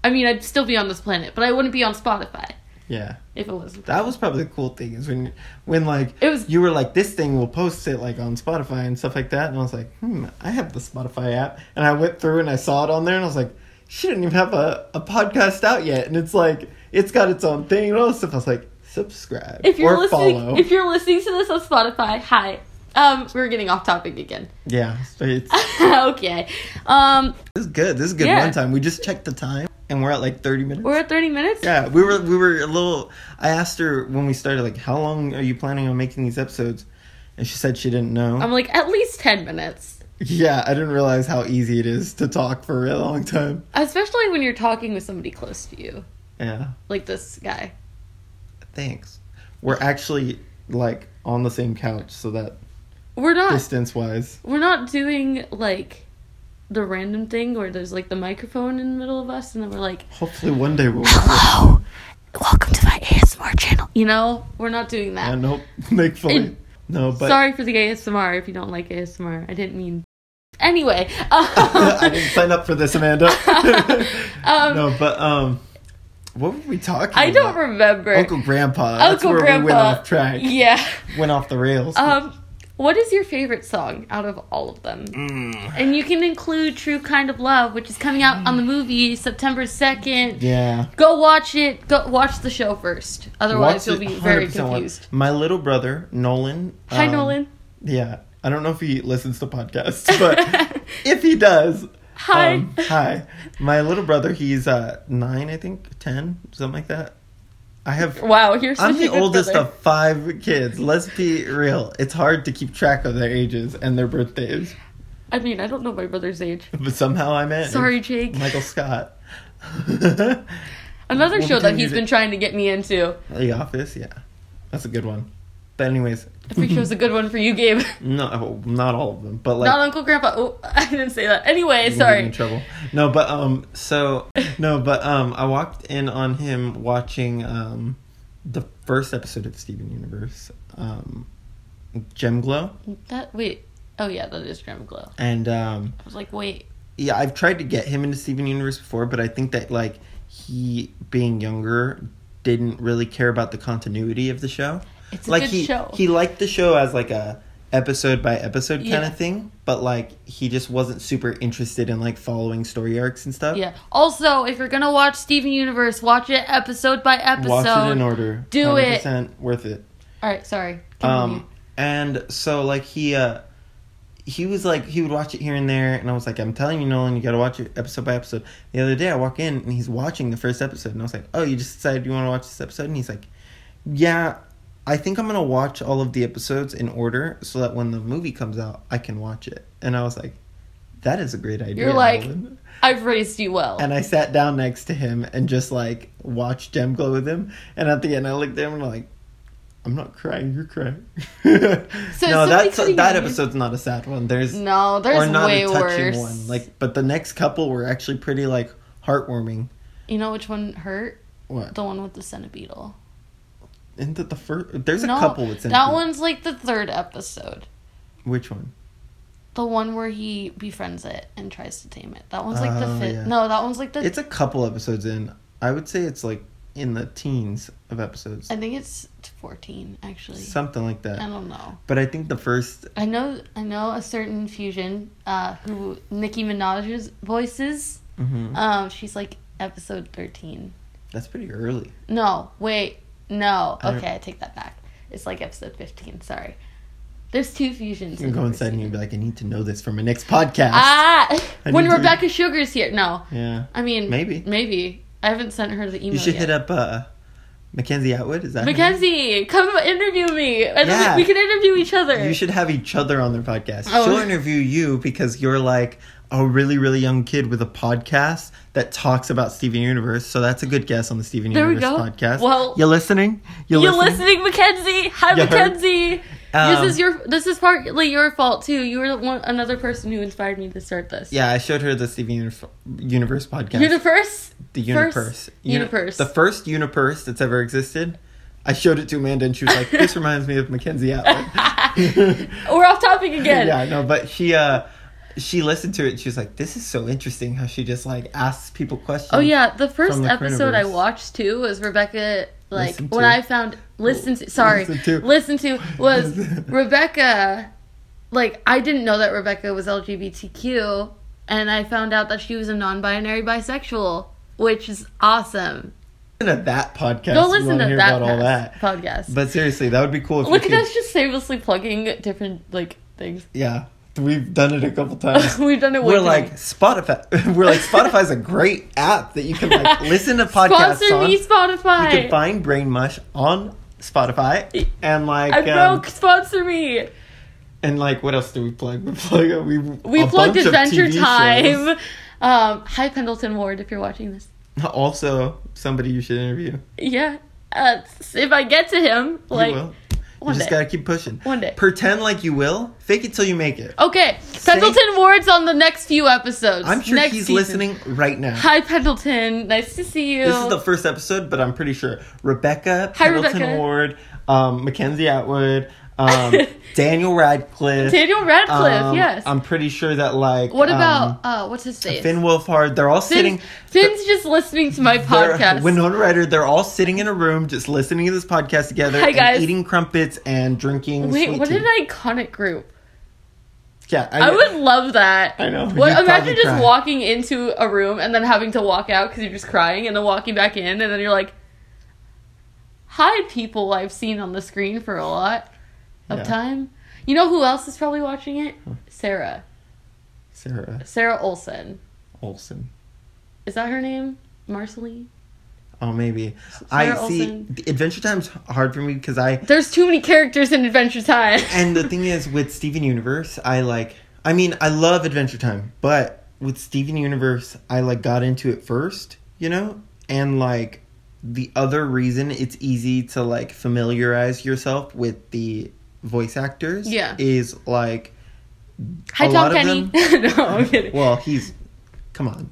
Speaker 1: I mean, I'd still be on this planet, but I wouldn't be on Spotify.
Speaker 2: Yeah.
Speaker 1: if it wasn't.
Speaker 2: That was probably the cool thing is when when like
Speaker 1: It was-
Speaker 2: you were like this thing will post it like on Spotify and stuff like that and I was like hmm I have the Spotify app and I went through and I saw it on there and I was like she didn't even have a, a podcast out yet and it's like it's got its own thing and all this stuff I was like subscribe
Speaker 1: If you're
Speaker 2: or
Speaker 1: listening,
Speaker 2: follow
Speaker 1: if you're listening to this on Spotify, hi. Um, we're getting off topic again.
Speaker 2: yeah so it's
Speaker 1: okay. Um,
Speaker 2: this is good this is good
Speaker 1: Yeah.
Speaker 2: one time we just checked the time and we're at like thirty minutes
Speaker 1: we're at 30 minutes.
Speaker 2: Yeah, we were we were a little. I asked her when we started, like, how long are you planning on making these episodes? And she said she didn't know.
Speaker 1: I'm like at least 10 minutes,
Speaker 2: yeah, I didn't realize how easy it is to talk for a long time.
Speaker 1: especially when you're talking with somebody close to you,
Speaker 2: Yeah,
Speaker 1: like this guy.
Speaker 2: thanks. We're actually like on the same couch, so that
Speaker 1: We're not.
Speaker 2: distance wise,
Speaker 1: We're not doing like the random thing where there's like the microphone in the middle of us, and then we're like,
Speaker 2: hopefully one day we'll.
Speaker 1: "Hello, welcome to my ASMR channel." You know, we're not doing that.
Speaker 2: I know, make fun.
Speaker 1: And-
Speaker 2: No, but
Speaker 1: Ah. Sorry for the ASMR if you don't like ASMR. I didn't mean. Anyway,
Speaker 2: I
Speaker 1: um,
Speaker 2: didn't sign up for this, Amanda.
Speaker 1: Um,
Speaker 2: no, but um, what were we talking?
Speaker 1: I don't
Speaker 2: about?
Speaker 1: remember.
Speaker 2: Uncle Grandpa. That's
Speaker 1: Uncle
Speaker 2: where we went
Speaker 1: Grandpa.
Speaker 2: off track.
Speaker 1: Yeah.
Speaker 2: Went off the rails.
Speaker 1: Um, what is your favorite song out of all of them?
Speaker 2: Mm.
Speaker 1: And you can include "True Kind of Love," which is coming out on the movie September second.
Speaker 2: Yeah.
Speaker 1: Go watch it. Go watch the show first. Otherwise,
Speaker 2: Watch
Speaker 1: you'll
Speaker 2: it
Speaker 1: be very
Speaker 2: 100% watch-
Speaker 1: confused.
Speaker 2: My little brother, Nolan.
Speaker 1: Hi,
Speaker 2: um,
Speaker 1: Nolan.
Speaker 2: Yeah. I don't know if he listens to podcasts, but if he does,
Speaker 1: Hi.
Speaker 2: um, hi. My little brother, he's uh, nine, I think, 10, something like that. I have.
Speaker 1: wow, you're such
Speaker 2: I'm
Speaker 1: a
Speaker 2: the
Speaker 1: good
Speaker 2: oldest
Speaker 1: brother.
Speaker 2: of five kids. Let's be real. It's hard to keep track of their ages and their birthdays,
Speaker 1: I mean, I don't know my brother's age.
Speaker 2: but somehow I managed.
Speaker 1: Sorry, Jake.
Speaker 2: Michael Scott.
Speaker 1: Another
Speaker 2: We'll
Speaker 1: show that
Speaker 2: continue
Speaker 1: he's
Speaker 2: to-
Speaker 1: been trying to get me into.
Speaker 2: the Office, yeah. That's a good one. But, anyways,
Speaker 1: Freak Show's a good one for you, Gabe.
Speaker 2: No, oh, not all of them, but like
Speaker 1: Not Uncle Grandpa. Oh, I didn't say that. Anyway,
Speaker 2: we're
Speaker 1: sorry.
Speaker 2: getting in trouble. No, but um, so no, but um, I walked in on him watching um, the first episode of Steven Universe, um, Gem Glow,
Speaker 1: That wait. Oh yeah, that is Grandma Glow.
Speaker 2: and um,
Speaker 1: I was like, wait.
Speaker 2: yeah, I've tried to get him into Steven Universe before, but I think that like he being younger didn't really care about the continuity of the show.
Speaker 1: It's a
Speaker 2: like
Speaker 1: good
Speaker 2: he
Speaker 1: show.
Speaker 2: he liked the show as like a episode by episode kind
Speaker 1: Yeah.
Speaker 2: of thing, but like he just wasn't super interested in like following story arcs and stuff.
Speaker 1: yeah. Also, if you're gonna watch Steven Universe, watch it episode by episode.
Speaker 2: Watch it in order.
Speaker 1: Do it.
Speaker 2: 100% Worth it.
Speaker 1: All right. Sorry. Continue.
Speaker 2: Um, and so like he uh, he was like he would watch it here and there, and I was like, I'm telling you, Nolan, you gotta watch it episode by episode. The other day, I walk in and he's watching the first episode, and I was like, Oh, you just decided you want to watch this episode, and he's like, Yeah, I think I'm gonna watch all of the episodes in order so that when the movie comes out, I can watch it. And I was like, That is a great idea.
Speaker 1: You're like-
Speaker 2: Nolan."
Speaker 1: I've raised you well.
Speaker 2: And I sat down next to him and just like watched Gem Glow with him. And at the end, I looked at him and I'm like, I'm not crying, you're crying. no,
Speaker 1: somebody
Speaker 2: that's
Speaker 1: cutting
Speaker 2: that
Speaker 1: your-
Speaker 2: episode's not a sad one. There's
Speaker 1: no, there's
Speaker 2: or not
Speaker 1: way
Speaker 2: a touching
Speaker 1: worse.
Speaker 2: one. Like, but the next couple were actually pretty like heartwarming.
Speaker 1: you know which one hurt?
Speaker 2: What?
Speaker 1: The one with the centipede.
Speaker 2: Isn't that the first? There's a
Speaker 1: no,
Speaker 2: couple with
Speaker 1: that
Speaker 2: centipede.
Speaker 1: one's like the third episode.
Speaker 2: Which one?
Speaker 1: The one where he befriends it and tries to tame it. That one's like the
Speaker 2: Oh,
Speaker 1: fifth.
Speaker 2: yeah.
Speaker 1: No, that one's like the.
Speaker 2: It's a couple episodes in. I would say it's like in the teens of episodes,
Speaker 1: I think it's fourteen actually.
Speaker 2: something like
Speaker 1: I
Speaker 2: that.
Speaker 1: don't know.
Speaker 2: But I think the first
Speaker 1: I know I know a certain fusion uh, who Nicki Minaj's voices.
Speaker 2: mhm,
Speaker 1: Um, she's like episode thirteen.
Speaker 2: that's pretty early.
Speaker 1: No, wait, no.
Speaker 2: I don't-
Speaker 1: okay, I take that back. It's like episode fifteen. Sorry. There's two fusions.
Speaker 2: You
Speaker 1: in
Speaker 2: can go
Speaker 1: the
Speaker 2: inside and
Speaker 1: season.
Speaker 2: you'd be like, I need to know this for my next podcast.
Speaker 1: Ah,
Speaker 2: I
Speaker 1: when
Speaker 2: need to-
Speaker 1: Rebecca Sugar's here. No,
Speaker 2: yeah.
Speaker 1: I mean
Speaker 2: Maybe.
Speaker 1: maybe I haven't sent her the email.
Speaker 2: You should
Speaker 1: yet.
Speaker 2: hit up uh, Mackenzie Atwood. Is that her name?
Speaker 1: Mackenzie, come interview me. I don't
Speaker 2: Yeah.
Speaker 1: think we can interview each other.
Speaker 2: You should have each other on their podcast.
Speaker 1: Oh.
Speaker 2: She'll interview you because you're like a really, really young kid with a podcast that talks about Steven Universe. So that's a good guess on the Steven
Speaker 1: There we go.
Speaker 2: Universe podcast.
Speaker 1: Well-
Speaker 2: you listening?
Speaker 1: you listening, Mackenzie? Hi,
Speaker 2: You heard?
Speaker 1: Mackenzie.
Speaker 2: Um,
Speaker 1: this is your. This is partly your fault too. You were the one, another person who inspired me to start this.
Speaker 2: Yeah, I showed her the Steven Unif- Universe podcast.
Speaker 1: You're the first.
Speaker 2: the
Speaker 1: first
Speaker 2: Universe. Uni-
Speaker 1: Universe.
Speaker 2: The first Universe that's ever existed. I showed it to Amanda and she was like, this reminds me of Mackenzie Atwood.
Speaker 1: We're off topic again.
Speaker 2: yeah, no, but she uh she listened to it. and She was like, "This is so interesting how she just like asks people questions."
Speaker 1: Oh yeah, the first
Speaker 2: From the
Speaker 1: episode I
Speaker 2: Craniverse.
Speaker 1: watched too was Rebecca. Like
Speaker 2: Listen
Speaker 1: when
Speaker 2: to.
Speaker 1: I found listen to sorry
Speaker 2: Listen to.
Speaker 1: listen to was Rebecca. Like I didn't know that Rebecca was LGBTQ, and I found out that she was a non-binary bisexual, which is awesome.
Speaker 2: Listen to that podcast.
Speaker 1: Go
Speaker 2: if you
Speaker 1: listen
Speaker 2: wanna
Speaker 1: to
Speaker 2: hear
Speaker 1: that,
Speaker 2: about all
Speaker 1: past-
Speaker 2: that.
Speaker 1: podcast.
Speaker 2: But seriously, that would be cool if
Speaker 1: Look
Speaker 2: you
Speaker 1: at
Speaker 2: could.
Speaker 1: us just shamelessly plugging different like things.
Speaker 2: Yeah, we've done it a couple times.
Speaker 1: We've done it. way
Speaker 2: We're
Speaker 1: too
Speaker 2: like
Speaker 1: many-
Speaker 2: Spotify. We're like Spotify's a great app that you can like listen to podcasts
Speaker 1: sponsor
Speaker 2: on.
Speaker 1: me, Spotify.
Speaker 2: You can find Brain Mush on Spotify and like
Speaker 1: I
Speaker 2: um,
Speaker 1: broke. Sponsor me.
Speaker 2: and like what else do we plug? We plug uh, we
Speaker 1: We
Speaker 2: a
Speaker 1: plugged
Speaker 2: bunch of
Speaker 1: Adventure
Speaker 2: TV shows.
Speaker 1: Time. Um, hi, Pendleton Ward, if you're watching this.
Speaker 2: Also, somebody you should interview.
Speaker 1: Yeah. Uh, s- if I get to him, like.
Speaker 2: you will. You
Speaker 1: one
Speaker 2: just
Speaker 1: day.
Speaker 2: gotta keep pushing.
Speaker 1: One day. Oh,
Speaker 2: Pretend like you will. Fake it till you make it.
Speaker 1: Okay, Pendleton Ward's on the next few episodes.
Speaker 2: I'm sure
Speaker 1: next
Speaker 2: he's
Speaker 1: season.
Speaker 2: listening right now.
Speaker 1: Hi, Pendleton. Nice to see you.
Speaker 2: This is the first episode, but I'm pretty sure Rebecca
Speaker 1: Hi,
Speaker 2: Pendleton
Speaker 1: Rebecca.
Speaker 2: Ward, um, Mackenzie Atwood, um, Daniel Radcliffe.
Speaker 1: Daniel Radcliffe,
Speaker 2: um,
Speaker 1: yes.
Speaker 2: I'm pretty sure that like
Speaker 1: what
Speaker 2: um,
Speaker 1: about, uh, what's his face?
Speaker 2: Finn Wolfhard? They're all sitting.
Speaker 1: Finn's, Finn's just listening to my
Speaker 2: they're-
Speaker 1: podcast.
Speaker 2: Winona Ryder. They're all sitting in a room, just listening to this podcast together,
Speaker 1: Hi,
Speaker 2: and
Speaker 1: guys.
Speaker 2: eating crumpets and drinking.
Speaker 1: Wait,
Speaker 2: sweet
Speaker 1: what
Speaker 2: tea.
Speaker 1: an iconic group.
Speaker 2: Yeah,
Speaker 1: I would love that.
Speaker 2: I know,
Speaker 1: What,
Speaker 2: you'd
Speaker 1: imagine
Speaker 2: probably
Speaker 1: just
Speaker 2: cry.
Speaker 1: walking into a room and then having to walk out because you're just crying, and then walking back in, and then you're like, "Hi, people I've seen on the screen for a lot of
Speaker 2: Yeah.
Speaker 1: time." You know who else is probably watching it? Sarah.
Speaker 2: Sarah
Speaker 1: Sarah Olson.
Speaker 2: Olson.
Speaker 1: Is that her name? Marceline.
Speaker 2: Oh, maybe.
Speaker 1: Sarah
Speaker 2: I see.
Speaker 1: Olsen.
Speaker 2: the Adventure Time's hard for me because I.
Speaker 1: There's too many characters in Adventure Time.
Speaker 2: And the thing is, with Steven Universe, I like. I mean, I love Adventure Time, but with Steven Universe, I like got into it first, you know? And like, the other reason it's easy to like familiarize yourself with the voice actors
Speaker 1: Yeah.
Speaker 2: is like.
Speaker 1: Hi,
Speaker 2: a
Speaker 1: Tom
Speaker 2: lot of
Speaker 1: Kenny. no, I'm kidding.
Speaker 2: Well, he's. Come on.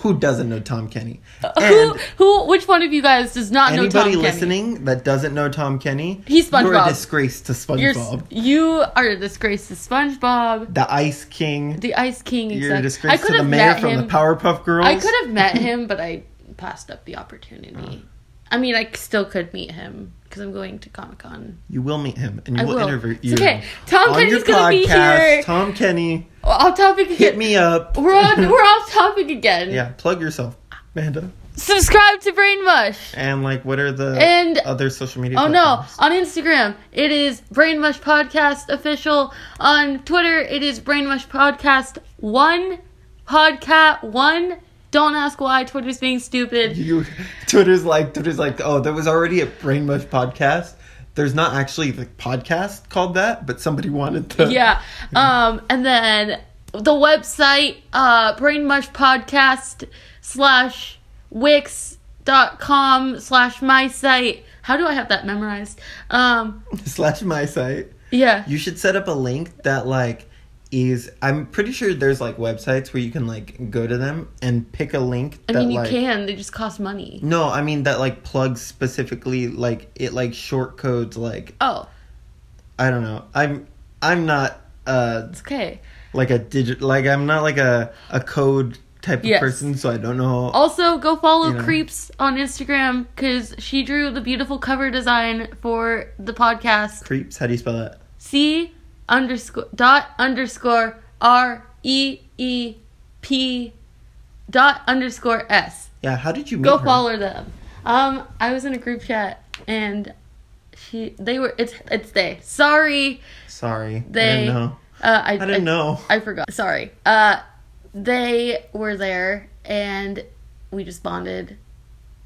Speaker 2: Who doesn't know Tom Kenny?
Speaker 1: who,
Speaker 2: And-
Speaker 1: who, which one of you guys does not know Tom
Speaker 2: Anybody
Speaker 1: Kenny?
Speaker 2: listening that doesn't know Tom Kenny,
Speaker 1: He's
Speaker 2: You're
Speaker 1: SpongeBob.
Speaker 2: a disgrace to
Speaker 1: You're,
Speaker 2: SpongeBob.
Speaker 1: you are a disgrace to SpongeBob.
Speaker 2: the Ice King.
Speaker 1: The Ice King. Exactly.
Speaker 2: You're a
Speaker 1: I
Speaker 2: disgrace
Speaker 1: could
Speaker 2: to the
Speaker 1: have
Speaker 2: mayor
Speaker 1: met
Speaker 2: from
Speaker 1: him.
Speaker 2: the Powerpuff Girls.
Speaker 1: I could have met him, but I passed up the opportunity. I mean, I still could meet him because I'm going to Comic Con.
Speaker 2: You will meet him, and
Speaker 1: I
Speaker 2: you will,
Speaker 1: will.
Speaker 2: interview
Speaker 1: It's okay. Tom
Speaker 2: on your
Speaker 1: Kenny's gonna be
Speaker 2: podcast.
Speaker 1: here.
Speaker 2: Tom Kenny,
Speaker 1: Off topic again.
Speaker 2: hit me up.
Speaker 1: We're on. We're off topic again.
Speaker 2: yeah, plug yourself, Amanda.
Speaker 1: Subscribe to Brain Mush.
Speaker 2: And like, what are the
Speaker 1: And-
Speaker 2: other social media?
Speaker 1: Oh no!
Speaker 2: platforms?
Speaker 1: On Instagram, it is Brain Mush Podcast official. On Twitter, it is Brain Mush Podcast One Podcast One. Don't ask why. Twitter's being stupid.
Speaker 2: You, Twitter's like Twitter's like oh there was already a Brain Mush podcast. There's not actually the podcast called that, but somebody wanted the
Speaker 1: yeah um and then the website uh brain mush podcast slash wix dot com slash my site how do i have that memorized um
Speaker 2: slash my site.
Speaker 1: yeah
Speaker 2: You should set up a link that like is I'm pretty sure there's like websites where you can like go to them and pick a link
Speaker 1: i
Speaker 2: that
Speaker 1: mean you
Speaker 2: like Mm.
Speaker 1: can they just cost money
Speaker 2: No, I mean that like plugs specifically like it like short codes like
Speaker 1: oh
Speaker 2: I don't know. I'm I'm not uh
Speaker 1: it's okay
Speaker 2: like a digit like I'm not like a a code type of
Speaker 1: Yes. Oh.
Speaker 2: person so I don't know.
Speaker 1: also go follow
Speaker 2: You know.
Speaker 1: creeps on instagram because she drew the beautiful cover design for the podcast
Speaker 2: Creeps, how do you spell that?
Speaker 1: C underscore dot underscore R E E P dot underscore S.
Speaker 2: Yeah, how did you meet
Speaker 1: Go
Speaker 2: her?
Speaker 1: follow them. Um, I was in a group chat and she they were it's it's they. Sorry,
Speaker 2: Sorry. I
Speaker 1: They-
Speaker 2: didn't know.
Speaker 1: uh, I
Speaker 2: I didn't know.
Speaker 1: I forgot. Sorry. Uh, they were there and we just bonded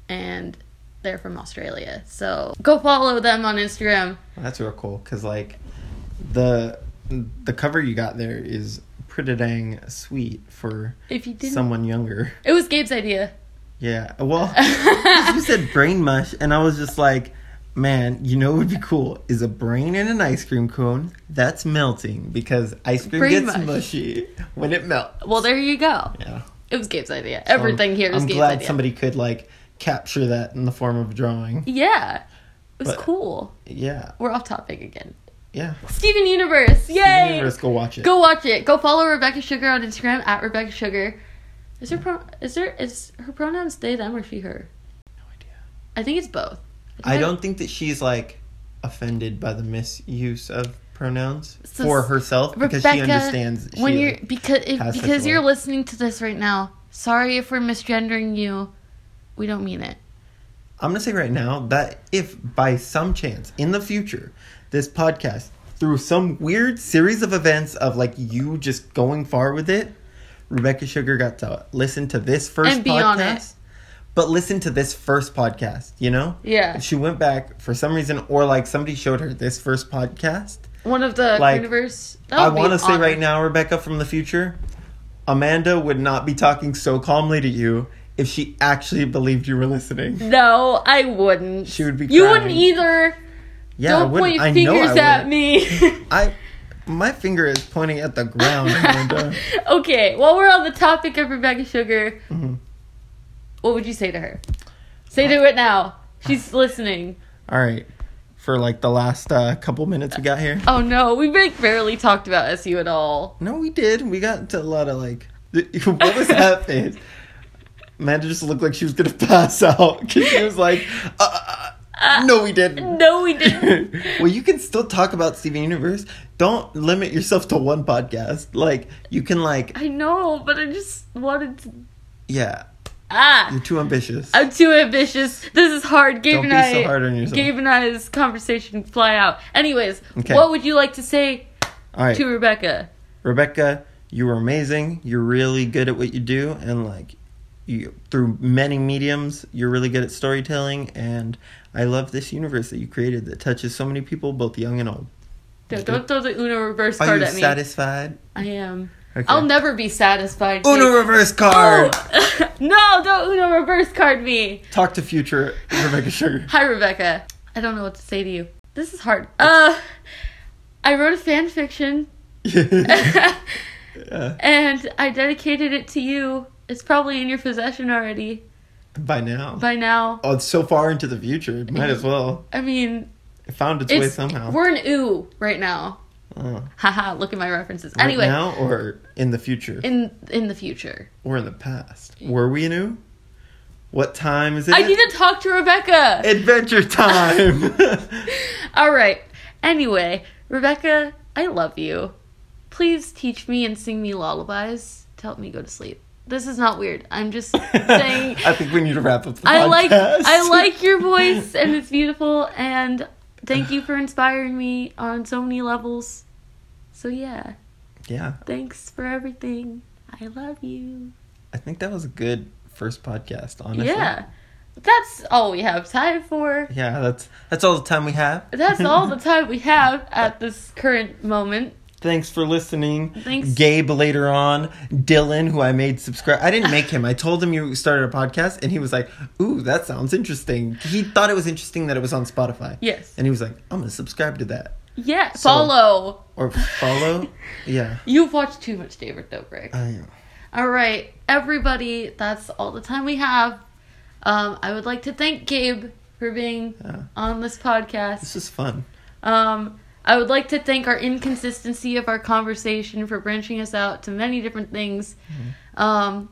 Speaker 1: and they're from Australia. So go follow them on Instagram.
Speaker 2: That's real cool because like the the cover you got there is pretty dang sweet for
Speaker 1: If you didn't,
Speaker 2: someone younger.
Speaker 1: it was Gabe's idea.
Speaker 2: Yeah. Well, you said brain mush, and I was just like, man, you know what would be cool is a brain in an ice cream cone that's melting because ice cream
Speaker 1: Brain
Speaker 2: gets
Speaker 1: mush.
Speaker 2: mushy when it melts.
Speaker 1: Well, there you go.
Speaker 2: Yeah.
Speaker 1: It was Gabe's idea. Everything
Speaker 2: Um,
Speaker 1: here was
Speaker 2: I'm
Speaker 1: Gabe's
Speaker 2: glad
Speaker 1: idea.
Speaker 2: somebody could like capture that in the form of drawing.
Speaker 1: Yeah. It was
Speaker 2: But-
Speaker 1: cool.
Speaker 2: Yeah.
Speaker 1: We're off topic again.
Speaker 2: Yeah.
Speaker 1: Steven Universe. Yay!
Speaker 2: Steven Universe, go watch it.
Speaker 1: Go watch it. Go follow Rebecca Sugar on Instagram at Rebecca Sugar. Is her pro- is there is her pronouns they them or she her?
Speaker 2: No idea.
Speaker 1: I think it's both.
Speaker 2: I don't think that she's like offended by the misuse of pronouns
Speaker 1: So
Speaker 2: for
Speaker 1: s-
Speaker 2: herself because she
Speaker 1: Rebecca,
Speaker 2: understands she,
Speaker 1: when
Speaker 2: like-
Speaker 1: you're because if,
Speaker 2: has such
Speaker 1: because
Speaker 2: a
Speaker 1: you're
Speaker 2: way.
Speaker 1: listening to this right now. Sorry if we're misgendering you. We don't mean it.
Speaker 2: I'm gonna say right now that if by some chance in the future this podcast through some weird series of events of like you just going far with it, Rebecca Sugar got to listen to this first
Speaker 1: And be
Speaker 2: podcast.
Speaker 1: on it.
Speaker 2: But listen to this first podcast, you know?
Speaker 1: Yeah.
Speaker 2: If she went back for some reason or like somebody showed her this first podcast.
Speaker 1: One of the
Speaker 2: Like,
Speaker 1: universe. that
Speaker 2: I
Speaker 1: would be
Speaker 2: wanna say
Speaker 1: awesome.
Speaker 2: right now, Rebecca from the future, Amanda would not be talking so calmly to you if she actually believed you were listening.
Speaker 1: No, I wouldn't.
Speaker 2: She would be
Speaker 1: You
Speaker 2: crying.
Speaker 1: wouldn't either.
Speaker 2: Yeah, I
Speaker 1: don't
Speaker 2: wouldn't-
Speaker 1: point your
Speaker 2: I know I
Speaker 1: fingers
Speaker 2: wouldn't.
Speaker 1: at me.
Speaker 2: I my finger is pointing at the ground. Amanda.
Speaker 1: okay, while we're on the topic of Rebecca Sugar,
Speaker 2: Mm-hmm.
Speaker 1: what would you say to her? Say to it now. She's listening.
Speaker 2: All right, for like the last uh, couple minutes we got here.
Speaker 1: Oh no, we like barely talked about SU at all.
Speaker 2: No, we did. We got to a lot of like. What was that face? Amanda just looked like she was gonna pass out 'cause she was like, uh, uh, "No, we didn't."
Speaker 1: No, we didn't.
Speaker 2: well, you can still talk about Steven Universe. Don't limit yourself to one podcast. Like you can like,
Speaker 1: I know, but I just wanted to.
Speaker 2: yeah,
Speaker 1: Ah!
Speaker 2: you're too ambitious.
Speaker 1: I'm too ambitious. This is hard. Gabe and
Speaker 2: Don't be
Speaker 1: I.
Speaker 2: so hard on yourself.
Speaker 1: Gabe and I's conversation fly out. Anyways,
Speaker 2: Okay.
Speaker 1: what would you like to say
Speaker 2: All right,
Speaker 1: to Rebecca?
Speaker 2: Rebecca, you were amazing. You're really good at what you do, and like you through many mediums, you're really good at storytelling. And I love this universe that you created that touches so many people, both young and old.
Speaker 1: Don't, don't throw the Uno reverse
Speaker 2: Are
Speaker 1: card
Speaker 2: you
Speaker 1: at me.
Speaker 2: satisfied?
Speaker 1: I am.
Speaker 2: Okay.
Speaker 1: I'll never be satisfied.
Speaker 2: Uno
Speaker 1: Gabe.
Speaker 2: reverse card.
Speaker 1: Oh! no, don't Uno reverse card me.
Speaker 2: Talk to future Rebecca Sugar.
Speaker 1: Hi, Rebecca. I don't know what to say to you. This is hard. Uh, I wrote a fan fiction
Speaker 2: Yeah,
Speaker 1: and I dedicated it to you. It's probably in your possession already
Speaker 2: by now.
Speaker 1: by now.
Speaker 2: Oh, it's so far into the future. It might as well.
Speaker 1: I mean,
Speaker 2: It found its, way
Speaker 1: it's
Speaker 2: somehow.
Speaker 1: we're an ooh right now.
Speaker 2: Oh.
Speaker 1: Haha, look at my references.
Speaker 2: Right
Speaker 1: anyway,
Speaker 2: now or in the future
Speaker 1: in in the future.
Speaker 2: or in the past? Were we new? What time is it?
Speaker 1: I need to talk to Rebecca.
Speaker 2: Adventure time.
Speaker 1: All right. Anyway, Rebecca, I love you. Please teach me and sing me lullabies to help me go to sleep. This is not weird. I'm just saying
Speaker 2: I think we need to wrap up the
Speaker 1: I like
Speaker 2: podcast.
Speaker 1: I like your voice and it's beautiful and thank you for inspiring me on so many levels. So yeah,
Speaker 2: Yeah,
Speaker 1: thanks for everything. I love you.
Speaker 2: I think that was a good first podcast. Honestly.
Speaker 1: Yeah. That's all we have time for.
Speaker 2: Yeah, that's that's all the time we have.
Speaker 1: That's all the time we have at this current moment.
Speaker 2: Thanks for listening.
Speaker 1: Thanks.
Speaker 2: Gabe later on. Dylan, who I made subscribe. I didn't make him. I told him you started a podcast, and he was like, "Ooh, that sounds interesting." He thought it was interesting that it was on Spotify.
Speaker 1: Yes.
Speaker 2: And he was like, "I'm gonna subscribe to that
Speaker 1: Yeah, follow.
Speaker 2: or follow." yeah.
Speaker 1: You've watched too much David Dobrik.
Speaker 2: I know.
Speaker 1: All right, everybody, that's all the time we have. Um, I would like to thank Gabe for being
Speaker 2: Yeah.
Speaker 1: on this podcast.
Speaker 2: This is fun.
Speaker 1: Um, I would like to thank our inconsistency of our conversation for branching us out to many different things.
Speaker 2: Mm-hmm.
Speaker 1: Um,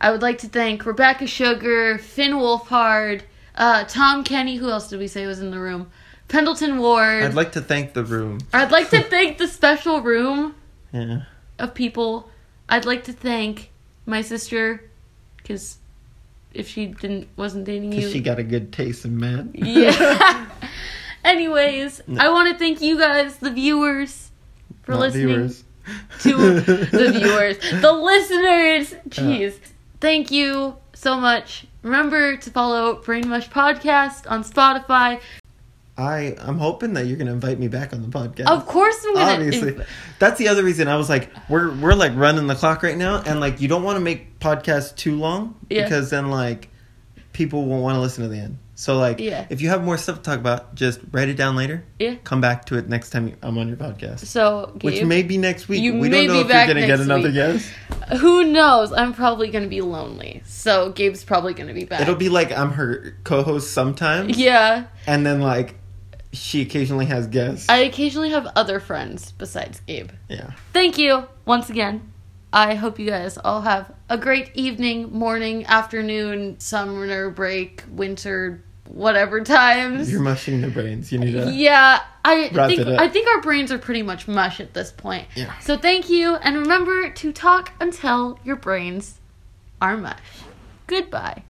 Speaker 1: I would like to thank Rebecca Sugar, Finn Wolfhard, uh, Tom Kenny. Who else did we say was in the room? Pendleton Ward.
Speaker 2: I'd like to thank the room.
Speaker 1: I'd like to thank the special room
Speaker 2: Yeah.
Speaker 1: of people. I'd like to thank my sister, because if she didn't wasn't dating you,
Speaker 2: Because she got a good taste in men.
Speaker 1: yeah. Anyways, I want to thank you guys, the viewers, for
Speaker 2: Not
Speaker 1: listening
Speaker 2: viewers.
Speaker 1: to the viewers, the listeners.
Speaker 2: Uh-huh.
Speaker 1: Jeez, thank you so much. Remember to follow Brain Mush Podcast on Spotify.
Speaker 2: I I'm hoping that you're gonna invite me back on the podcast.
Speaker 1: Of course, I'm gonna
Speaker 2: Obviously, that's the other reason I was like, we're we're like running the clock right now, and like you don't want to make podcasts too long
Speaker 1: Yeah.
Speaker 2: because then like people won't want to listen to the end. So like,
Speaker 1: Yeah.
Speaker 2: if you have more stuff to talk about, just write it down later.
Speaker 1: Yeah.
Speaker 2: Come back to it next time I'm on your podcast,
Speaker 1: So, Gabe,
Speaker 2: which may be next week.
Speaker 1: You
Speaker 2: we
Speaker 1: may
Speaker 2: don't know
Speaker 1: be
Speaker 2: if
Speaker 1: back
Speaker 2: you're gonna get
Speaker 1: next
Speaker 2: another
Speaker 1: week.
Speaker 2: guest.
Speaker 1: who knows? I'm probably gonna be lonely. So Gabe's probably gonna be back.
Speaker 2: It'll be like I'm her co-host sometimes,
Speaker 1: yeah.
Speaker 2: and then like she occasionally has guests.
Speaker 1: I occasionally have other friends besides Gabe.
Speaker 2: yeah.
Speaker 1: Thank you once again. I hope you guys all have a great evening, morning, afternoon, summer break, winter, whatever times.
Speaker 2: You're mushing their brains. You need to.
Speaker 1: Yeah, I
Speaker 2: Wrapped
Speaker 1: think
Speaker 2: it up.
Speaker 1: I think our brains are pretty much mush at this point.
Speaker 2: Yeah.
Speaker 1: So thank you, and remember to talk until your brains are mush. Goodbye.